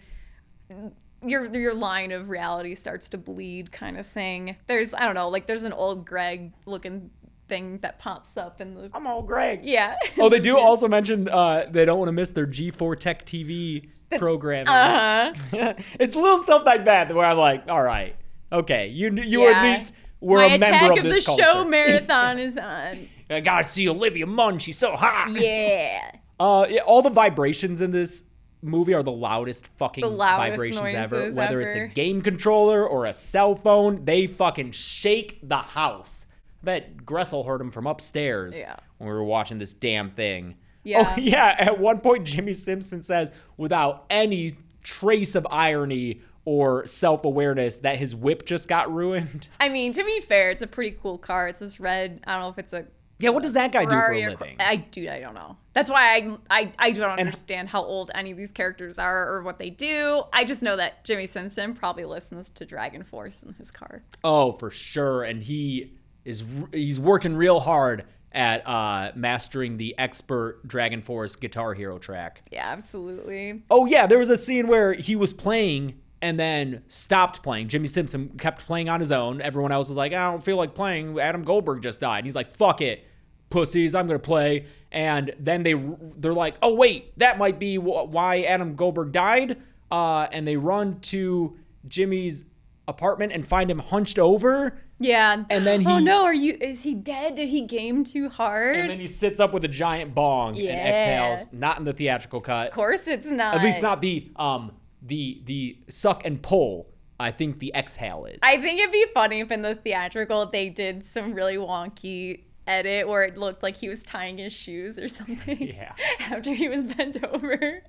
D: your your line of reality starts to bleed kind of thing. There's I don't know, like there's an old Greg looking thing that pops up in the
E: I'm all Greg.
D: Yeah.
E: Oh, they do also mention uh, they don't want to miss their G4 Tech TV programming.
D: Uh-huh.
E: it's little stuff like that where I'm like, all right, okay, you you at
D: Yeah.
E: least were
D: my
E: a member
D: attack of,
E: of this
D: the
E: culture.
D: show marathon is on.
E: I gotta see Olivia Munn. She's so hot.
D: Yeah.
E: Uh, yeah, all the vibrations in this movie are the loudest fucking
D: loudest
E: vibrations ever.
D: noises
E: Whether
D: ever.
E: it's a game controller or a cell phone, they fucking shake the house. I bet Gressel heard him from upstairs
D: Yeah.
E: when we were watching this damn thing.
D: Yeah.
E: Oh, yeah. At one point, Jimmy Simpson says, without any trace of irony or self awareness, that his whip just got ruined.
D: I mean, to be fair, it's a pretty cool car. It's this red. I don't know if it's a
E: Yeah, what does that guy
D: Ferrari
E: do
D: or
E: for a
D: Cor-
E: living?
D: I dude, I don't know. That's why I I, I don't understand how old any of these characters are or what they do. I just know that Jimmy Simpson probably listens to Dragon Force in his car.
E: Oh, for sure. And he is r- he's working real hard at uh, mastering the expert Dragon Force Guitar Hero track.
D: Yeah, absolutely.
E: Oh yeah, there was a scene where he was playing and then stopped playing. Jimmy Simpson kept playing on his own. Everyone else was like, I don't feel like playing. Adam Goldberg just died. And he's like, fuck it, pussies, I'm gonna play. And then they they're like, oh wait, that might be wh- why Adam Goldberg died. Uh, and they run to Jimmy's apartment and find him hunched over.
D: Yeah.
E: And then
D: Oh
E: he-
D: no, are you is he dead? Did he game too hard?
E: And then he sits up with a giant bong
D: Yeah.
E: and exhales. Not in the theatrical cut.
D: of course it's not.
E: At least not the um the the suck and pull. I think the exhale is.
D: I think it'd be funny if in the theatrical they did some really wonky edit where it looked like he was tying his shoes or something
E: Yeah.
D: after he was bent over.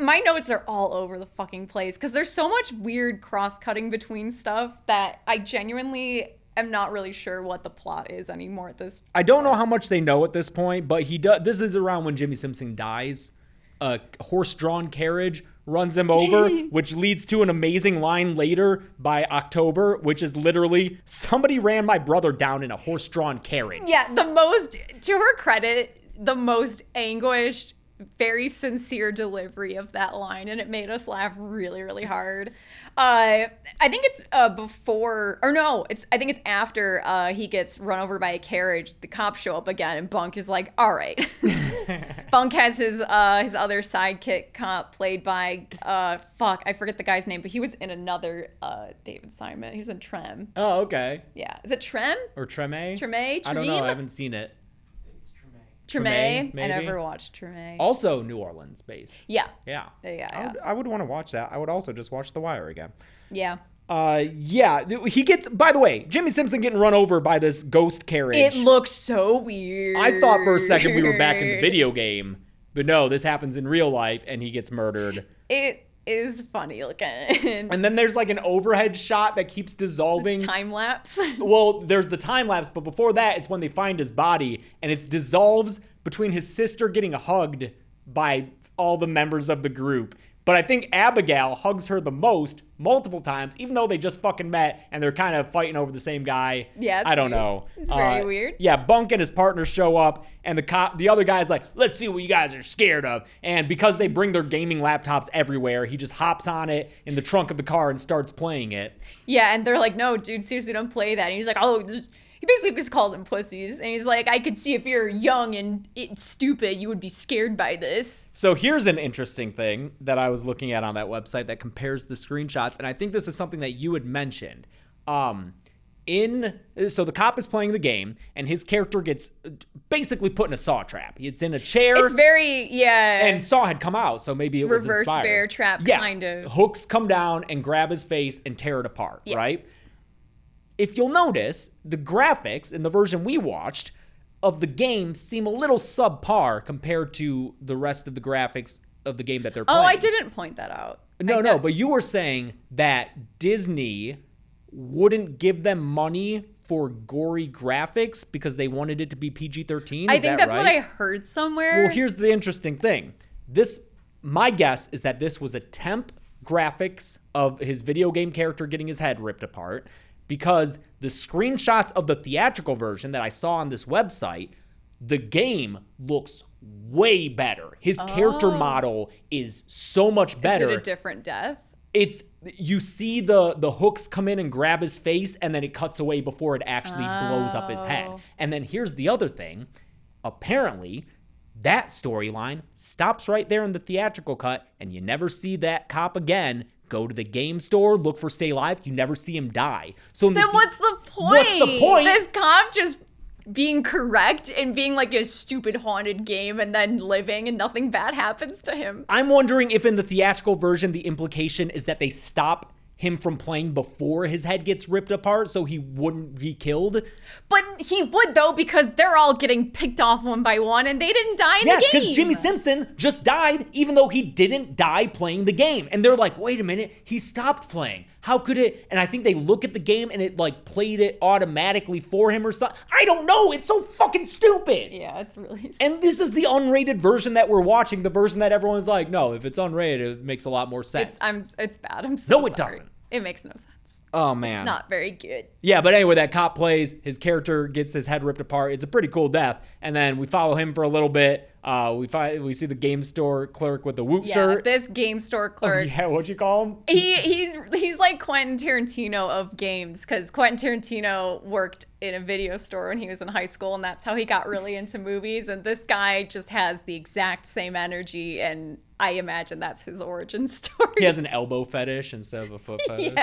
D: My notes are all over the fucking place because there's so much weird cross cutting between stuff that I genuinely am not really sure what the plot is anymore at this
E: I don't know how much they know at this point, but he does. This is around when Jimmy Simpson dies. A horse-drawn carriage runs him over, which leads to an amazing line later by October, which is literally somebody ran my brother down in a horse-drawn carriage.
D: Yeah, the most to her credit, the most anguished, very sincere delivery of that line, and it made us laugh really, really hard. Uh, I think it's uh, before, or no, it's I think it's after uh, he gets run over by a carriage. The cops show up again, and Bunk is like, "All right." Bunk has his uh, his other sidekick cop played by uh, fuck, I forget the guy's name, but he was in another uh, David Simon. He was in Trem.
E: Oh, okay.
D: Yeah, is it Trem?
E: Or Treme.
D: Treme?
E: I don't know.
D: Treme?
E: I haven't seen it.
D: Treme.
E: Treme,
D: I
E: maybe?
D: never watched Treme.
E: Also, New Orleans based.
D: yeah.
E: Yeah.
D: Yeah, yeah,
E: I would, I would want to watch that. I would also just watch The Wire again.
D: Yeah.
E: Uh, yeah. th- He gets. By the way, Jimmy Simpson getting run over by this ghost carriage.
D: It looks so weird.
E: I thought for a second we were back in the video game, but no, this happens in real life, and he gets murdered.
D: It is funny looking.
E: And then there's like an overhead shot that keeps dissolving.
D: Time lapse.
E: well, there's the time lapse, but before that, it's when they find his body, and it dissolves between his sister getting hugged by all the members of the group. But I think Abigail hugs her the most, multiple times, even though they just fucking met and they're kind of fighting over the same guy.
D: Yeah, it's
E: I don't
D: weird.
E: know. Uh,
D: It's very weird.
E: Yeah, Bunk and his partner show up, and the cop, the other guy's like, "Let's see what you guys are scared of." And because they bring their gaming laptops everywhere, he just hops on it in the trunk of the car and starts playing it.
D: yeah, and they're like, no, dude, seriously, don't play that. And he's like, oh, this- he basically just calls them pussies. And he's like, I could see if you're young and it, stupid, you would be scared by this.
E: So here's an interesting thing that I was looking at on that website that compares the screenshots, and I think this is something that you had mentioned. Um, in so the cop is playing the game, and his character gets uh, basically put in a saw trap. It's in a chair.
D: It's very, yeah.
E: and Saw had come out, so maybe it was
D: Reverse
E: inspired.
D: bear trap,
E: yeah.
D: kind of.
E: Hooks come down and grab his face and tear it apart, right? if you'll notice, the graphics in the version we watched of the game seem a little subpar compared to the rest of the graphics of the game that they're
D: Oh,
E: playing.
D: I didn't point that out.
E: No,
D: I
E: no,
D: know-
E: but you were saying that Disney wouldn't give them money for gory graphics because they wanted it to be PG 13.
D: I think that's
E: right?
D: what I heard somewhere.
E: Well, here's the interesting thing. This, my guess is that this was a temp graphics of his video game character getting his head ripped apart because the screenshots of the theatrical version that I saw on this website, the game looks way better. His character model is so much better.
D: Oh. Is it a different death?
E: it's you see the the hooks come in and grab his face and then it cuts away before it actually blows up his
D: Oh.
E: head. And then here's the other thing. Apparently, that storyline stops right there in the theatrical cut and you never see that cop again. Go to the game store, look for Stay Live, you never see him die. So in
D: Then
E: the,
D: what's the point?
E: What's the point?
D: This cop just being correct and being like a stupid haunted game and then living and nothing bad happens to him.
E: I'm wondering if in the theatrical version the implication is that they stop him from playing before his head gets ripped apart so he wouldn't be killed.
D: But he would though because they're all getting picked off one by one and they didn't die in
E: Yeah,
D: the game.
E: because Jimmy Simpson just died, even though he didn't die playing the game. And they're like, wait a minute, he stopped playing. How could it? And I think they look at the game and it like played it automatically for him or something. I don't know. It's so fucking stupid.
D: Yeah, it's really.
E: And this is the unrated version that we're watching, the version that everyone's like, no, if it's unrated, it makes a lot more sense.
D: It's, I'm, it's bad. I'm so
E: No, it
D: sorry.
E: doesn't.
D: It makes no sense.
E: oh, man.
D: Not very good.
E: Yeah, but anyway, that cop plays. His character gets his head ripped apart. It's a pretty cool death. And then we follow him for a little bit. Uh, we find we see the game store clerk with the Woot
D: Yeah,
E: shirt.
D: this game store clerk.
E: Yeah, what'd you call him?
D: He he's he's like Quentin Tarantino of games because Quentin Tarantino worked in a video store when he was in high school, and that's how he got really into movies. And this guy just has the exact same energy, and I imagine that's his origin story.
E: He has an elbow fetish instead of a foot fetish.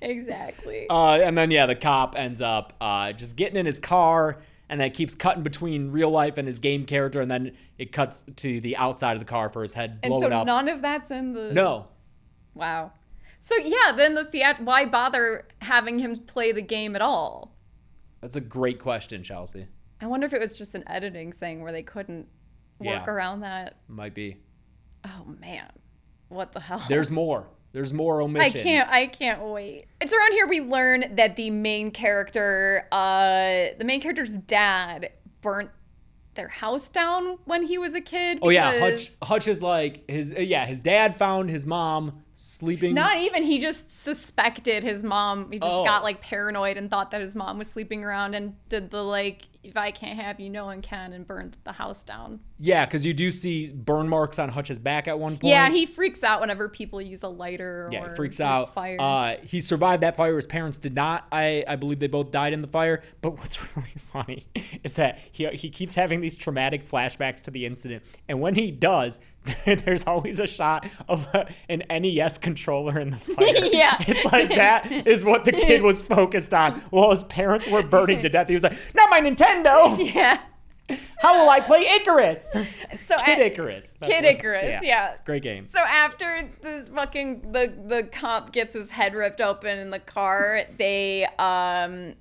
D: exactly.
E: Uh, and then yeah, the cop ends up uh, just getting in his car, and that keeps cutting between real life and his game character, and then it cuts to the outside of the car for his head
D: and
E: blowing
D: so
E: up.
D: none of that's in the
E: no,
D: Wow. So yeah, then the theat. Why bother having him play the game at all?
E: that's a great question, Chelsea.
D: I wonder if it was just an editing thing where they couldn't work
E: Yeah.
D: around that.
E: Might be.
D: Oh man, what the hell?
E: There's more. There's more
D: I
E: omissions.
D: can't. I can't wait. It's around here we learn that the main character, uh, the main character's dad, burnt their house down when he was a kid.
E: Oh yeah, Hutch.
D: because-
E: Hutch is like his. uh, Yeah, his dad found his mom sleeping.
D: Not even. He just suspected his mom. He just
E: Oh.
D: got like paranoid and thought that his mom was sleeping around and did the like, if I can't have you, no one can, and burned the house down.
E: yeah, because you do see burn marks on Hutch's back at one point.
D: Yeah, and he freaks out whenever people use a lighter.
E: Yeah,
D: or
E: he freaks
D: use
E: out.
D: Fire.
E: Uh, he survived that fire. His parents did not. I, I believe they both died in the fire. But what's really funny is that he, he keeps having these traumatic flashbacks to the incident. And when he does, there's always a shot of a, an NES controller in the fire.
D: Yeah.
E: It's like that is what the kid was focused on while his parents were burning to death. He was like, Not my Nintendo!
D: yeah.
E: How will I play Icarus?
D: So
E: Kid
D: I-
E: Icarus. That's
D: Kid
E: what-
D: Icarus, yeah.
E: Great game.
D: So after this fucking the the cop gets his head ripped open in the car, they um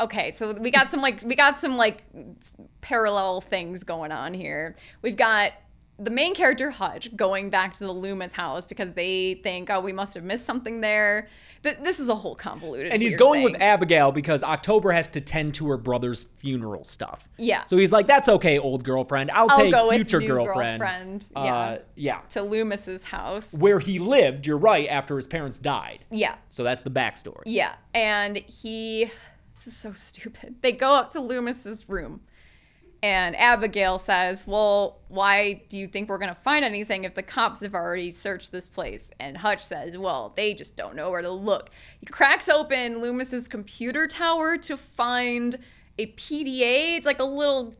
D: okay, so we got some like we got some like s- parallel things going on here. We've got the main character Hutch going back to the Loomis house because they think oh we must have missed something there. Th- this is a whole convoluted
E: And he's
D: weird
E: going
D: thing.
E: with Abigail because October has to tend to her brother's funeral stuff.
D: Yeah.
E: So he's like, "That's okay, old girlfriend. I'll,
D: I'll
E: take
D: go with
E: future
D: new
E: girlfriend."
D: girlfriend,
E: Uh,
D: yeah.
E: yeah.
D: to Loomis's house.
E: Where he lived, you're right. After his parents died,
D: Yeah.
E: so that's the backstory.
D: Yeah, and he. This is so stupid. They go up to Loomis's room, and Abigail says, "Well, why do you think we're gonna find anything if the cops have already searched this place?" And Hutch says, "Well, they just don't know where to look." He cracks open Loomis's computer tower to find a PDA. It's like a little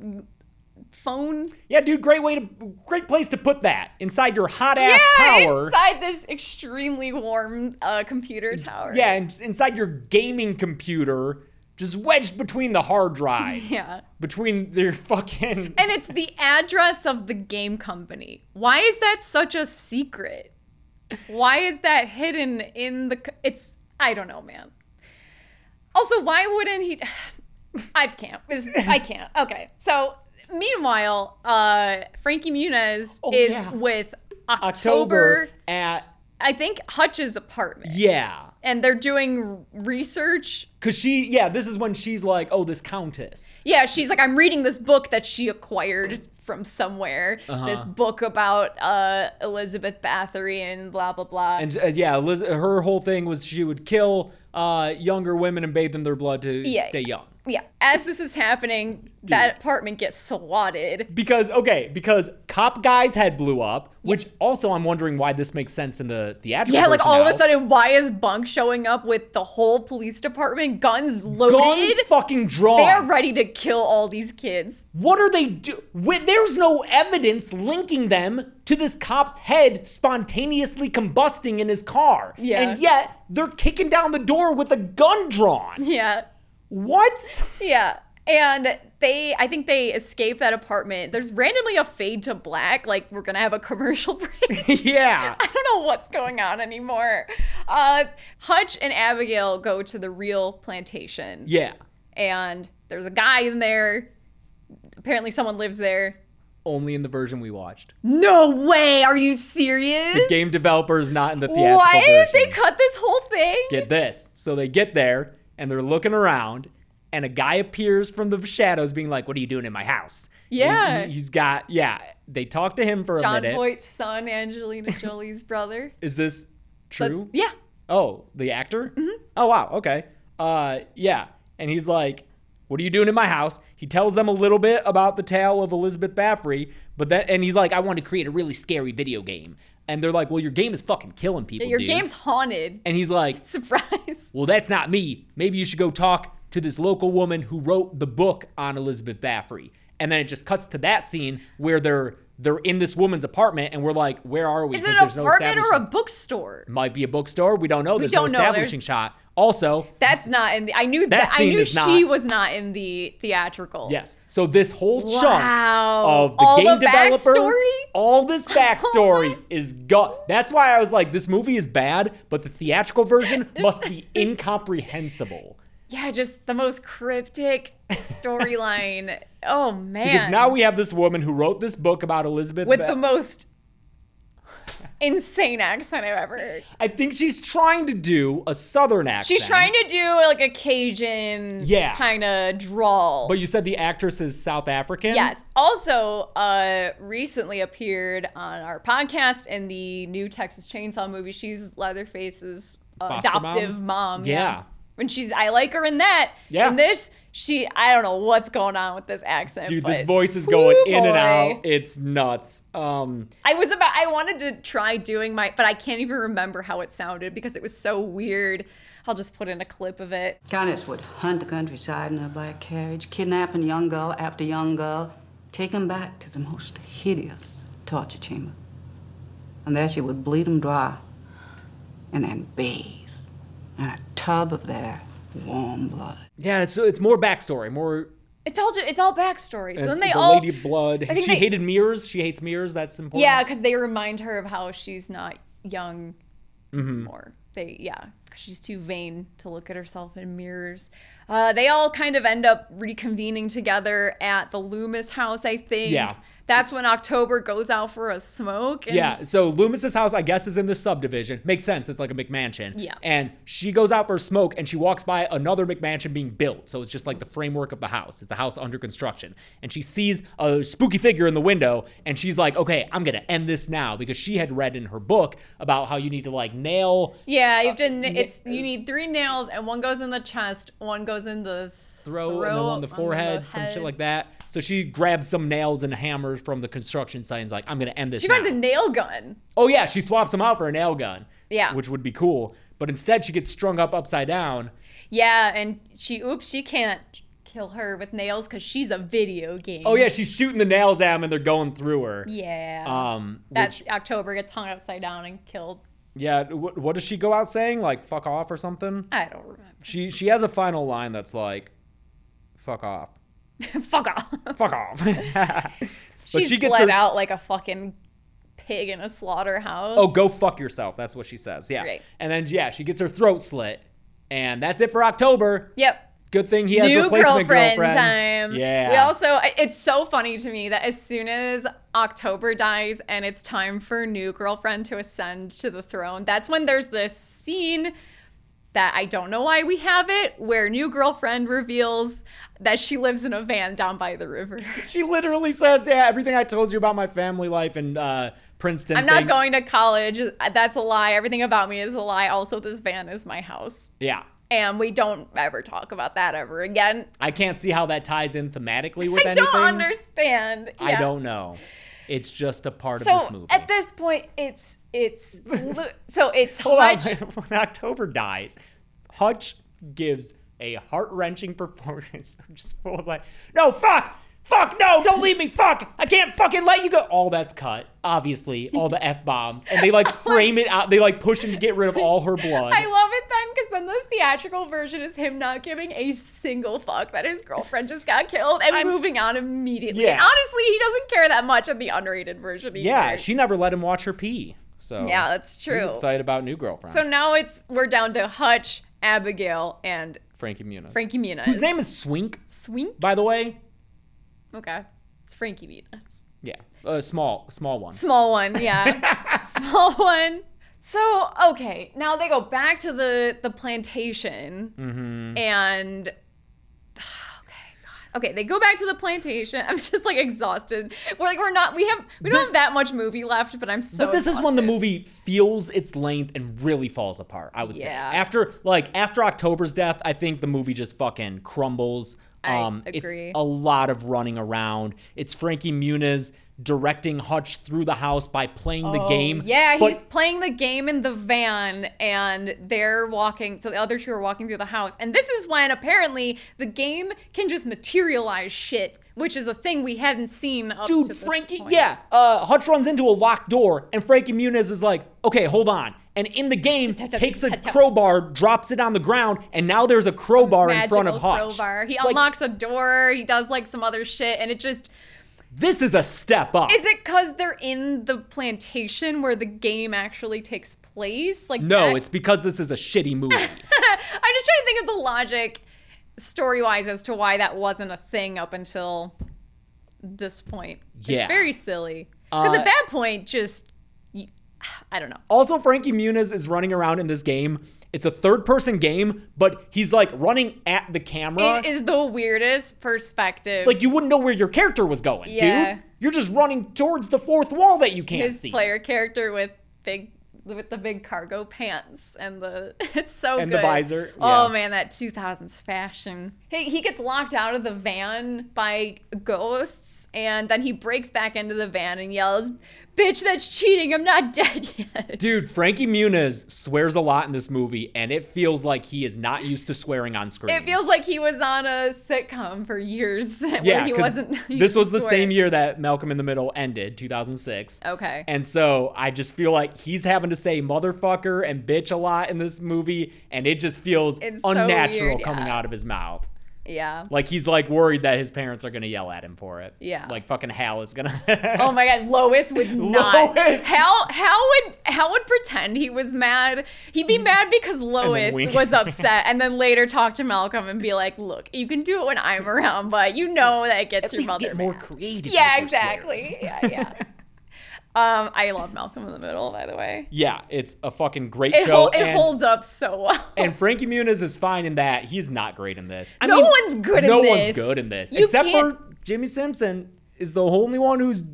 D: phone
E: Yeah, dude, great way to, great place to put that inside your hot ass
D: yeah,
E: tower.
D: inside this extremely warm uh, computer tower.
E: yeah, and s- inside your gaming computer, just wedged between the hard drives.
D: Yeah.
E: Between your fucking.
D: And it's the address of the game company. Why is that such a secret? Why is that hidden in the? c- It's I don't know, man. Also, why wouldn't he? I can't. This- I can't. Okay. So, meanwhile, uh, Frankie Muniz is
E: Oh, yeah.
D: with October,
E: October at
D: I think Hutch's apartment,
E: yeah,
D: and they're doing research.
E: because she yeah this is when she's like oh this countess
D: Yeah, she's like, I'm reading this book that she acquired from somewhere.
E: Uh-huh.
D: This book about uh, Elizabeth Bathory and blah blah blah.
E: and uh, yeah Liz, her whole thing was she would kill uh, younger women and bathe in their blood to
D: Yeah.
E: stay young.
D: yeah, as this is happening, that apartment gets swatted.
E: Because okay, because cop guy's head blew up, which also I'm wondering why this makes sense in the theatrical.
D: Yeah, like
E: version
D: all of
E: now.
D: a sudden, why is Bunk showing up with the whole police department, guns loaded?
E: guns fucking drawn.
D: they are ready to kill all these kids.
E: What are they do? Wait, there's no evidence linking them to this cop's head spontaneously combusting in his car.
D: Yeah.
E: And yet they're kicking down the door with a gun drawn.
D: Yeah,
E: What?
D: yeah. And they, I think they escape that apartment. There's randomly a fade to black, like we're gonna have a commercial break.
E: yeah.
D: I don't know what's going on anymore. Uh, Hutch and Abigail go to the real plantation.
E: Yeah.
D: And there's a guy in there. Apparently, someone lives there.
E: Only in the version we watched.
D: No way! Are you serious?
E: The game developers not in the theatrical
D: Why did
E: version.
D: they cut this whole thing?
E: Get this. So they get there and they're looking around, and a guy appears from the shadows, being like, "What are you doing in my house?"
D: Yeah.
E: He, has got yeah. They talk to him for a
D: John
E: minute.
D: Voight's son, Angelina Jolie's brother.
E: Is this
D: But-
E: true?
D: yeah.
E: Oh, the actor?
D: Mm-hmm.
E: Oh, wow. Okay. Uh, yeah. And he's like, What are you doing in my house? He tells them a little bit about the tale of Elizabeth Bathory, but then, and he's like, I want to create a really scary video game. And they're like, Well, your game is fucking killing people.
D: Your
E: dude."
D: game's haunted.
E: And he's like,
D: Surprise.
E: Well, that's not me. Maybe you should go talk to this local woman who wrote the book on Elizabeth Bathory. And then it just cuts to that scene where they're they're in this woman's apartment, and we're like, Where are we?
D: Is it
E: 'Cause
D: an
E: there's no
D: apartment or a
E: establishments.
D: bookstore?
E: Might be a bookstore. We don't know. There's
D: don't
E: no
D: know.
E: establishing
D: There's-
E: shot. Also,
D: That's not in the. I knew
E: That
D: that. I
E: scene
D: knew
E: is not-
D: she was not in the theatrical.
E: yes. So this whole
D: Wow.
E: chunk of the
D: All
E: game
D: the
E: developer,
D: backstory?
E: all this
D: Oh
E: backstory is gone. That's why I was like, this movie is bad, but the theatrical version must be incomprehensible.
D: Yeah, just the most cryptic storyline. oh man.
E: Because now we have this woman who wrote this book about Elizabeth.
D: with
E: Ba-
D: the most insane accent I've ever heard.
E: I think she's trying to do a southern accent.
D: She's trying to do like a Cajun
E: Yeah.
D: kind of drawl.
E: But you said the actress is South African.
D: Yes. Also, uh, recently appeared on our podcast in the new Texas Chainsaw movie. She's Leatherface's uh,
E: Foster mom?
D: adoptive mom.
E: Yeah.
D: When she's, I like her in that.
E: Yeah.
D: In this, she, I don't know what's going on with this accent.
E: Dude, this
D: but-
E: voice is going
D: Whoo
E: in and
D: boy.
E: out. It's nuts. Um,
D: I was about, I wanted to try doing my, but I can't even remember how it sounded because it was so weird. I'll just put in a clip of it.
I: Countess would hunt the countryside in her black carriage, kidnapping young girl after young girl, take 'em back to the most hideous torture chamber. And there she would bleed 'em dry and then bathe in a tub of their warm blood.
E: yeah, it's it's more backstory, more
D: It's all, ju- it's all backstory. So
E: As
D: then they
E: the
D: all,
E: Lady Blood.
D: think
E: She
D: they-
E: hated mirrors. She hates mirrors. That's important.
D: Yeah, because they remind her of how she's not young
E: Mm-hmm.
D: anymore. They yeah, 'cause she's too vain to look at herself in mirrors. Uh, they all kind of end up reconvening together at the Loomis house, I think.
E: Yeah.
D: That's when October goes out for a smoke. And
E: Yeah. So Loomis's house, I guess, is in the subdivision. Makes sense. It's like a McMansion.
D: Yeah.
E: And she goes out for a smoke, and she walks by another McMansion being built. So it's just like the framework of the house. It's a house under construction, and she sees a spooky figure in the window, and she's like, "Okay, I'm gonna end this now," because she had read in her book about how you need to like nail
D: yeah, you have to. kn- It's you need three nails, and one goes in the chest, one goes in the
E: throat, and then on the forehead, some shit
D: head.
E: like that. So she grabs some nails and hammers from the construction site and is like, I'm gonna end this.
D: She finds
E: now."
D: a nail gun.
E: Oh yeah, she swaps them out for a nail gun.
D: Yeah.
E: Which would be cool. But instead she gets strung up upside down.
D: Yeah, and she oops, she can't kill her with nails because she's a video game.
E: Oh yeah, she's shooting the nails at them and they're going through her.
D: Yeah.
E: Um
D: That's October gets hung upside down and killed.
E: yeah, what, what does she go out saying? Like fuck off or something?
D: I don't remember.
E: She she has a final line that's like fuck off.
D: Fuck off.
E: Fuck off. but
D: She's
E: she gets
D: bled
E: her-
D: out like a fucking pig in a slaughterhouse.
E: Oh, go fuck yourself. That's what she says. Yeah.
D: Right.
E: And then yeah, she gets her throat slit And that's it for October.
D: Yep.
E: Good thing he has
D: New
E: replacement
D: girlfriend,
E: girlfriend,
D: time.
E: Yeah.
D: We also, I- it's so funny to me that as soon as October dies and it's time for new girlfriend to ascend to the throne, that's when there's this scene that I don't know why we have it, where new girlfriend reveals that she lives in a van down by the river.
E: she literally says, "Yeah, everything I told you about my family life and uh, Princeton."
D: I'm not
E: thing-
D: going to college. That's a lie. Everything about me is a lie. Also, this van is my house.
E: Yeah.
D: And we don't ever talk about that ever again.
E: I can't see how that ties in thematically with
D: I
E: anything.
D: don't understand.
E: I
D: Yeah.
E: don't know. It's just a part
D: so
E: of this movie.
D: at this point it's it's Lu- so it's
E: Hold on,
D: Hutch
E: when October dies, Hutch gives a heart wrenching performance. I'm just full of like, no, fuck, fuck, no, don't leave me, fuck, I can't fucking let you go. All that's cut, obviously, all the f bombs, and they like frame it out. They like push him to get rid of all her blood.
D: I love it then because then the theatrical version is him not giving a single fuck that his girlfriend just got killed and moving on immediately.
E: Yeah.
D: And honestly, he doesn't care that much in the unrated version. Either.
E: yeah, she never let him watch her pee. So
D: yeah, that's
E: He's
D: true.
E: excited about new girlfriend,
D: So now it's we're down to Hutch, Abigail, and
E: Frankie Muniz.
D: Frankie Muniz.
E: whose name is Swink,
D: Swink.
E: by the way.
D: Okay, it's Frankie Muniz.
E: Yeah, uh, small, small one.
D: Small one, yeah. Small one. So okay, now they go back to the the plantation,
E: Mm-hmm.
D: and okay, God. okay, they go back to the plantation. I'm just like exhausted. We're like we're not we have we don't have that much movie left, but I'm so.
E: But this is when the
D: exhausted.
E: movie feels its length and really falls apart. I would
D: Yeah.
E: say after like after October's death, I think the movie just fucking crumbles. Um,
D: I
E: It's
D: agree.
E: a lot of running around. It's Frankie Muniz directing Hutch through the house by playing the game.
D: Oh, Yeah,
E: But-
D: he's playing the game in the van, and they're walking. So the other two are walking through the house, and this is when apparently the game can just materialize shit, which is a thing we hadn't seen up to
E: dude,
D: this
E: Frankie,
D: point.
E: yeah. Uh, Hutch runs into a locked door, and Frankie Muniz is like, okay, hold on. And in the game, takes a crowbar, drops it on the ground, and now there's a crowbar in front of
D: Magical
E: Hutch.
D: crowbar. He
E: Like,
D: unlocks a door. He does like some other shit, and it just
E: This is a step up.
D: is it because they're in the plantation where the game actually takes place? Like
E: No,
D: that-
E: it's because this is a shitty movie.
D: I'm just trying to think of the logic, story wise, as to why that wasn't a thing up until this point.
E: Yeah.
D: It's very silly. Because
E: Uh,
D: at that point, just, y- I don't know.
E: also, Frankie Muniz is running around in this game. It's a third person game, but he's like running at the camera.
D: It is the weirdest perspective.
E: like you wouldn't know where your character was going,
D: Yeah.
E: dude. You're just running towards the fourth wall that you can't
D: his
E: see.
D: player character with big. With the big cargo pants and the it's so
E: And the
D: good.
E: visor, yeah.
D: Oh man, that 2000s fashion. He he gets locked out of the van by ghosts and then he breaks back into the van and yells, "Bitch, that's cheating. I'm not dead yet."
E: Dude, Frankie Muniz swears a lot in this movie, and it feels like he is not used to swearing on screen.
D: It feels like he was on a sitcom for years
E: yeah,
D: where he
E: 'cause
D: wasn't. used
E: This
D: to Oh,
E: was the
D: swear.
E: same year that Malcolm in the Middle ended, 2006.
D: Okay.
E: And so I just feel like he's having to say motherfucker and bitch a lot in this movie, and it just feels
D: It's so
E: unnatural
D: weird,
E: coming
D: yeah.
E: out of his mouth.
D: yeah.
E: Like he's like worried that his parents are gonna yell at him for it.
D: Yeah.
E: Like fucking Hal is gonna.
D: Oh my God, Lois would not.
E: Lois!
D: How how would how would pretend he was mad? He'd be mad because Lois
E: wink.
D: was upset, and then later talk to Malcolm and be like, "Look, you can do it when I'm around, but you know that gets your mother
E: get more
D: mad."
E: creative.
D: yeah,
E: with your
D: exactly.
E: swears.
D: Yeah, yeah. um, I love Malcolm in the Middle, by the way.
E: Yeah, it's a fucking great
D: It,
E: show.
D: hol- it
E: and-
D: holds up so well.
E: And Frankie Muniz is fine in that. He's not great in this. I
D: No
E: mean,
D: one's good in
E: No one's
D: this.
E: good in this.
D: You
E: Except
D: can't-
E: for Jimmy Simpson is the only one who's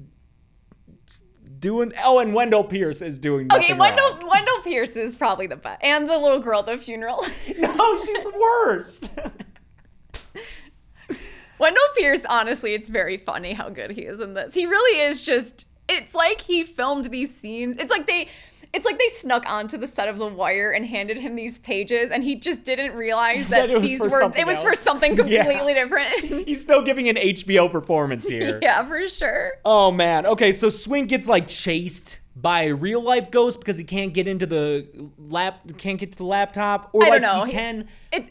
E: doing. Oh, and Wendell Pierce is doing.
D: Okay,
E: nothing
D: Wendell
E: wrong.
D: Wendell Pierce is probably the best, and the little girl at the funeral.
E: No, she's the worst.
D: Wendell Pierce, honestly, it's very funny how good he is in this. He really is just. It's like he filmed these scenes. It's like they. It's like they snuck onto the set of The Wire and handed him these pages, and he just didn't realize that,
E: That it was
D: these
E: for
D: were.
E: something
D: It was for
E: else.
D: something
E: Yeah.
D: completely different.
E: He's still giving an HBO performance here.
D: yeah, for sure.
E: Oh man. Okay, so Swink gets like chased by a real life ghost because he can't get into the lap can't get to the laptop or
D: I
E: like
D: don't know.
E: he can
D: It,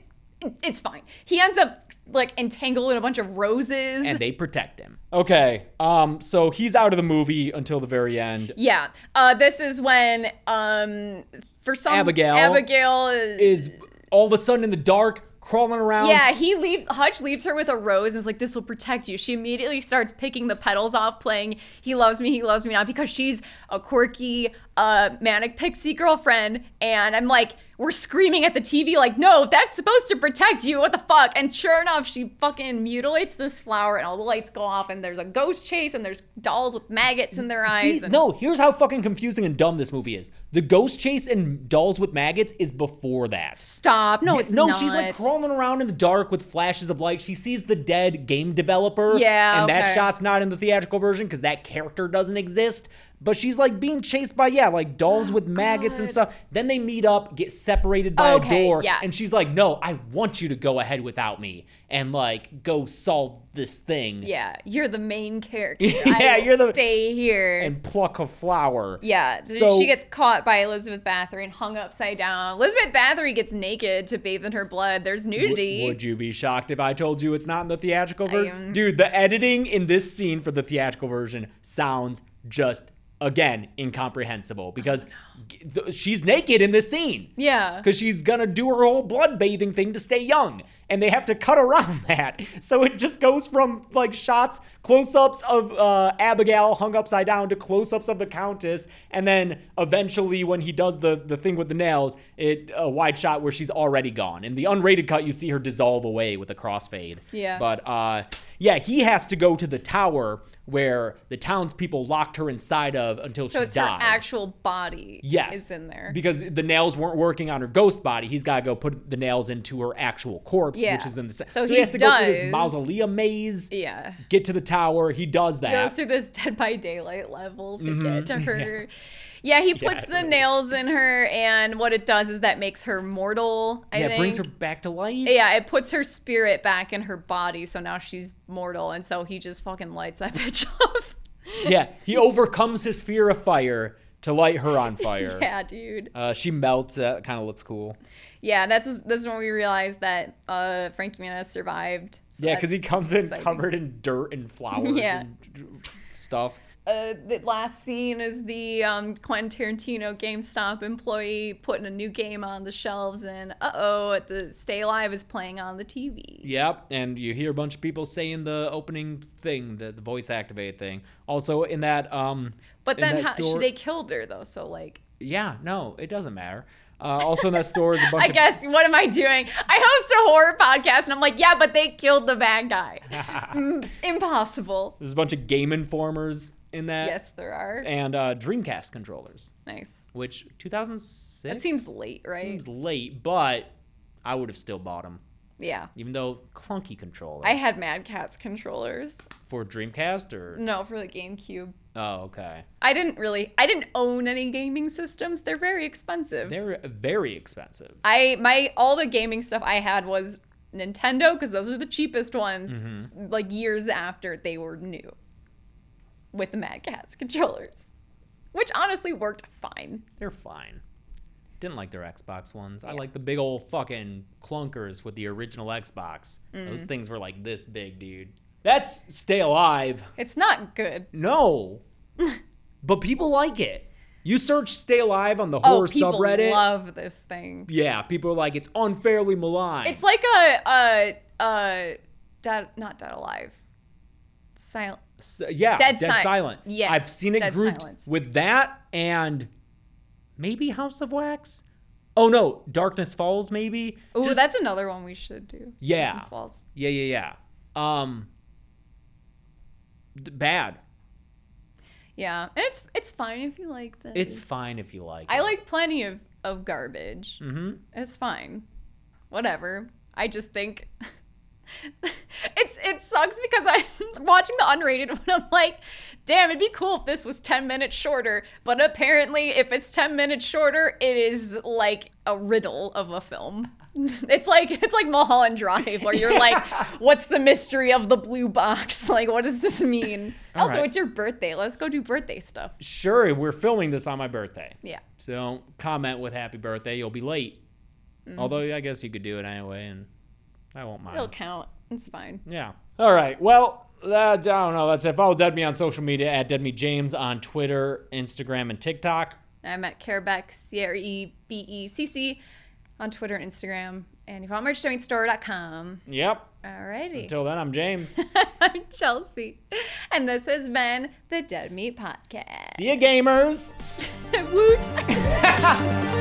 D: it's fine. He ends up like entangled in a bunch of roses.
E: and they protect him. Okay. Um so he's out of the movie until the very end.
D: yeah. Uh, this is when um, for some
E: Abigail
D: Abigail is
E: Is all of a sudden in the dark, crawling around.
D: Yeah, he leaves. Hutch leaves her with a rose and is like, "This will protect you." She immediately starts picking the petals off, playing "He Loves Me, He Loves Me Not" because she's a quirky, uh, manic pixie girlfriend. And I'm like, we're screaming at the TV, like, "No, that's supposed to protect you. What the fuck?" And sure enough, she fucking mutilates this flower, and all the lights go off, and there's a ghost chase, and there's dolls with maggots in their eyes.
E: See,
D: and-
E: no, here's how fucking confusing and dumb this movie is. The ghost chase and dolls with maggots is before that.
D: Stop! No,
E: Yeah,
D: it's
E: no,
D: Not.
E: she's like crawling around in the dark with flashes of light. She sees the dead game developer.
D: Yeah,
E: And
D: okay.
E: that shot's not in the theatrical version because that character doesn't exist. But she's like being chased by, yeah, like dolls
D: Oh,
E: with maggots and stuff. Then they meet up, get separated by
D: Okay,
E: a door.
D: yeah.
E: And she's like, no, I want you to go ahead without me and like go solve this thing.
D: Yeah, you're the main character.
E: Yeah,
D: I
E: you're
D: you're
E: the-
D: the stay here.
E: And pluck a flower.
D: Yeah, th-
E: So-
D: she gets caught by Elizabeth Bathory and hung upside down. Elizabeth Bathory gets naked to bathe in her blood. There's nudity.
E: W- would you be shocked if I told you it's not in the theatrical version?
D: am-
E: Dude, the editing in this scene for the theatrical version sounds just again incomprehensible
D: Oh,
E: because g- th- she's naked in this scene.
D: Yeah.
E: Because she's gonna do her whole blood bathing thing to stay young, and they have to cut around that. So it just goes from like shots, close ups of uh, Abigail hung upside down to close ups of the Countess, and then eventually when he does the the thing with the nails, it a wide shot where she's already gone. In the unrated cut, you see her dissolve away with a crossfade.
D: Yeah.
E: But uh, yeah, he has to go to the tower where the townspeople locked her inside of until
D: so
E: she
D: it's
E: died.
D: her actual body.
E: Yes.
D: Is in there.
E: Because the nails weren't working on her ghost body. He's got to go put the nails into her actual corpse,
D: Yeah.
E: which is in the
D: So
E: he,
D: he
E: has to go through this
D: does.
E: mausoleum maze,
D: yeah.
E: get to the tower. He does that.
D: Goes through this Dead by Daylight level to get to her. Yeah, he puts
E: Mm-hmm. it
D: the nails in her, and what it does is that makes her mortal. I
E: yeah,
D: think.
E: it brings her back to life.
D: Yeah, it puts her spirit back in her body, so now she's mortal, and so he just fucking lights that bitch up.
E: Yeah, he overcomes his fear of fire to light her on fire.
D: yeah, dude.
E: Uh, she melts. That kind of looks cool.
D: Yeah, that's this is when we realized that uh, Frankie Muniz survived. So
E: Yeah, because he
D: that's
E: comes in
D: exciting.
E: covered in dirt and flowers
D: Yeah.
E: and stuff.
D: Uh, the last scene is the um, Quentin Tarantino GameStop employee putting a new game on the shelves, and uh oh, the Stay Alive is playing on the TV.
E: Yep, and you hear a bunch of people saying the opening thing, the, the voice activate thing. Also, in that, um,
D: But
E: in
D: then
E: that
D: how,
E: store-
D: they killed her though, so like.
E: yeah, no, it doesn't matter. Uh, also, in that store is a bunch
D: I
E: of
D: guess what am I doing? I host a horror podcast and I'm like, yeah, but they killed the bad guy. Mm, impossible.
E: there's a bunch of game informers in that,
D: Yes, there are.
E: and uh, Dreamcast controllers,
D: nice.
E: which 2006.
D: That seems late, right?
E: Seems late, but I would have still bought them,
D: yeah.
E: even though clunky controller
D: I had Mad Catz controllers.
E: for Dreamcast or
D: No, for the GameCube.
E: oh okay,
D: I didn't really I didn't own any gaming systems. They're very expensive.
E: they're very expensive.
D: I my all the gaming stuff I had was Nintendo cuz those are the cheapest ones
E: Mm-hmm.
D: s- like years after they were new with the Mad Catz controllers, which honestly worked fine.
E: They're fine. Didn't like their Xbox ones. I like the big old fucking clunkers with the original Xbox.
D: Mm.
E: Those things were like this big, dude. That's stay alive.
D: It's not good.
E: No. but people like it. You search stay alive on the
D: Oh,
E: horror
D: people
E: subreddit.
D: love this thing.
E: yeah, people are like it's unfairly maligned.
D: It's like a a a dead not dead alive. Silent
E: S- yeah,
D: Dead Si-
E: silent.
D: yeah,
E: I've seen it
D: Dead
E: grouped
D: Silence.
E: with that and maybe House of Wax. Oh no, Darkness Falls maybe.
D: Ooh,
E: Just-
D: that's another one we should do.
E: Yeah.
D: Adam's Falls.
E: Yeah, yeah, yeah. Um, d- bad.
D: Yeah, and it's it's fine if you like this.
E: It's fine if you like.
D: I
E: it.
D: like plenty of of garbage. Mm-hmm. It's fine, whatever. I just think it's it sucks because I'm watching the unrated one. I'm like, damn, it'd be cool if this was ten minutes shorter. But apparently, if it's ten minutes shorter, it is like a riddle of a film. It's like it's like Mulholland Drive, where you're like, "What's the mystery of the blue box? Like, what does this mean?" also,
E: right.
D: it's your birthday. Let's go do birthday stuff.
E: Sure, we're filming this on my birthday,
D: Yeah.
E: so comment with "Happy Birthday." You'll be late. Although I guess you could do it anyway, and I won't mind.
D: It'll count. It's fine.
E: Yeah. All right. Well, that, I don't know. That's it. Follow Dead Me on social media at Dead Me James on Twitter, Instagram, and TikTok.
D: I'm at Carebeck, C R E B E C C. on Twitter and Instagram. And if you want merch, joinstore.com.
E: Yep.
D: Alrighty.
E: Until then, I'm James.
D: I'm Chelsea. And this has been the Dead Meat Podcast.
E: See ya, gamers.
D: Woot!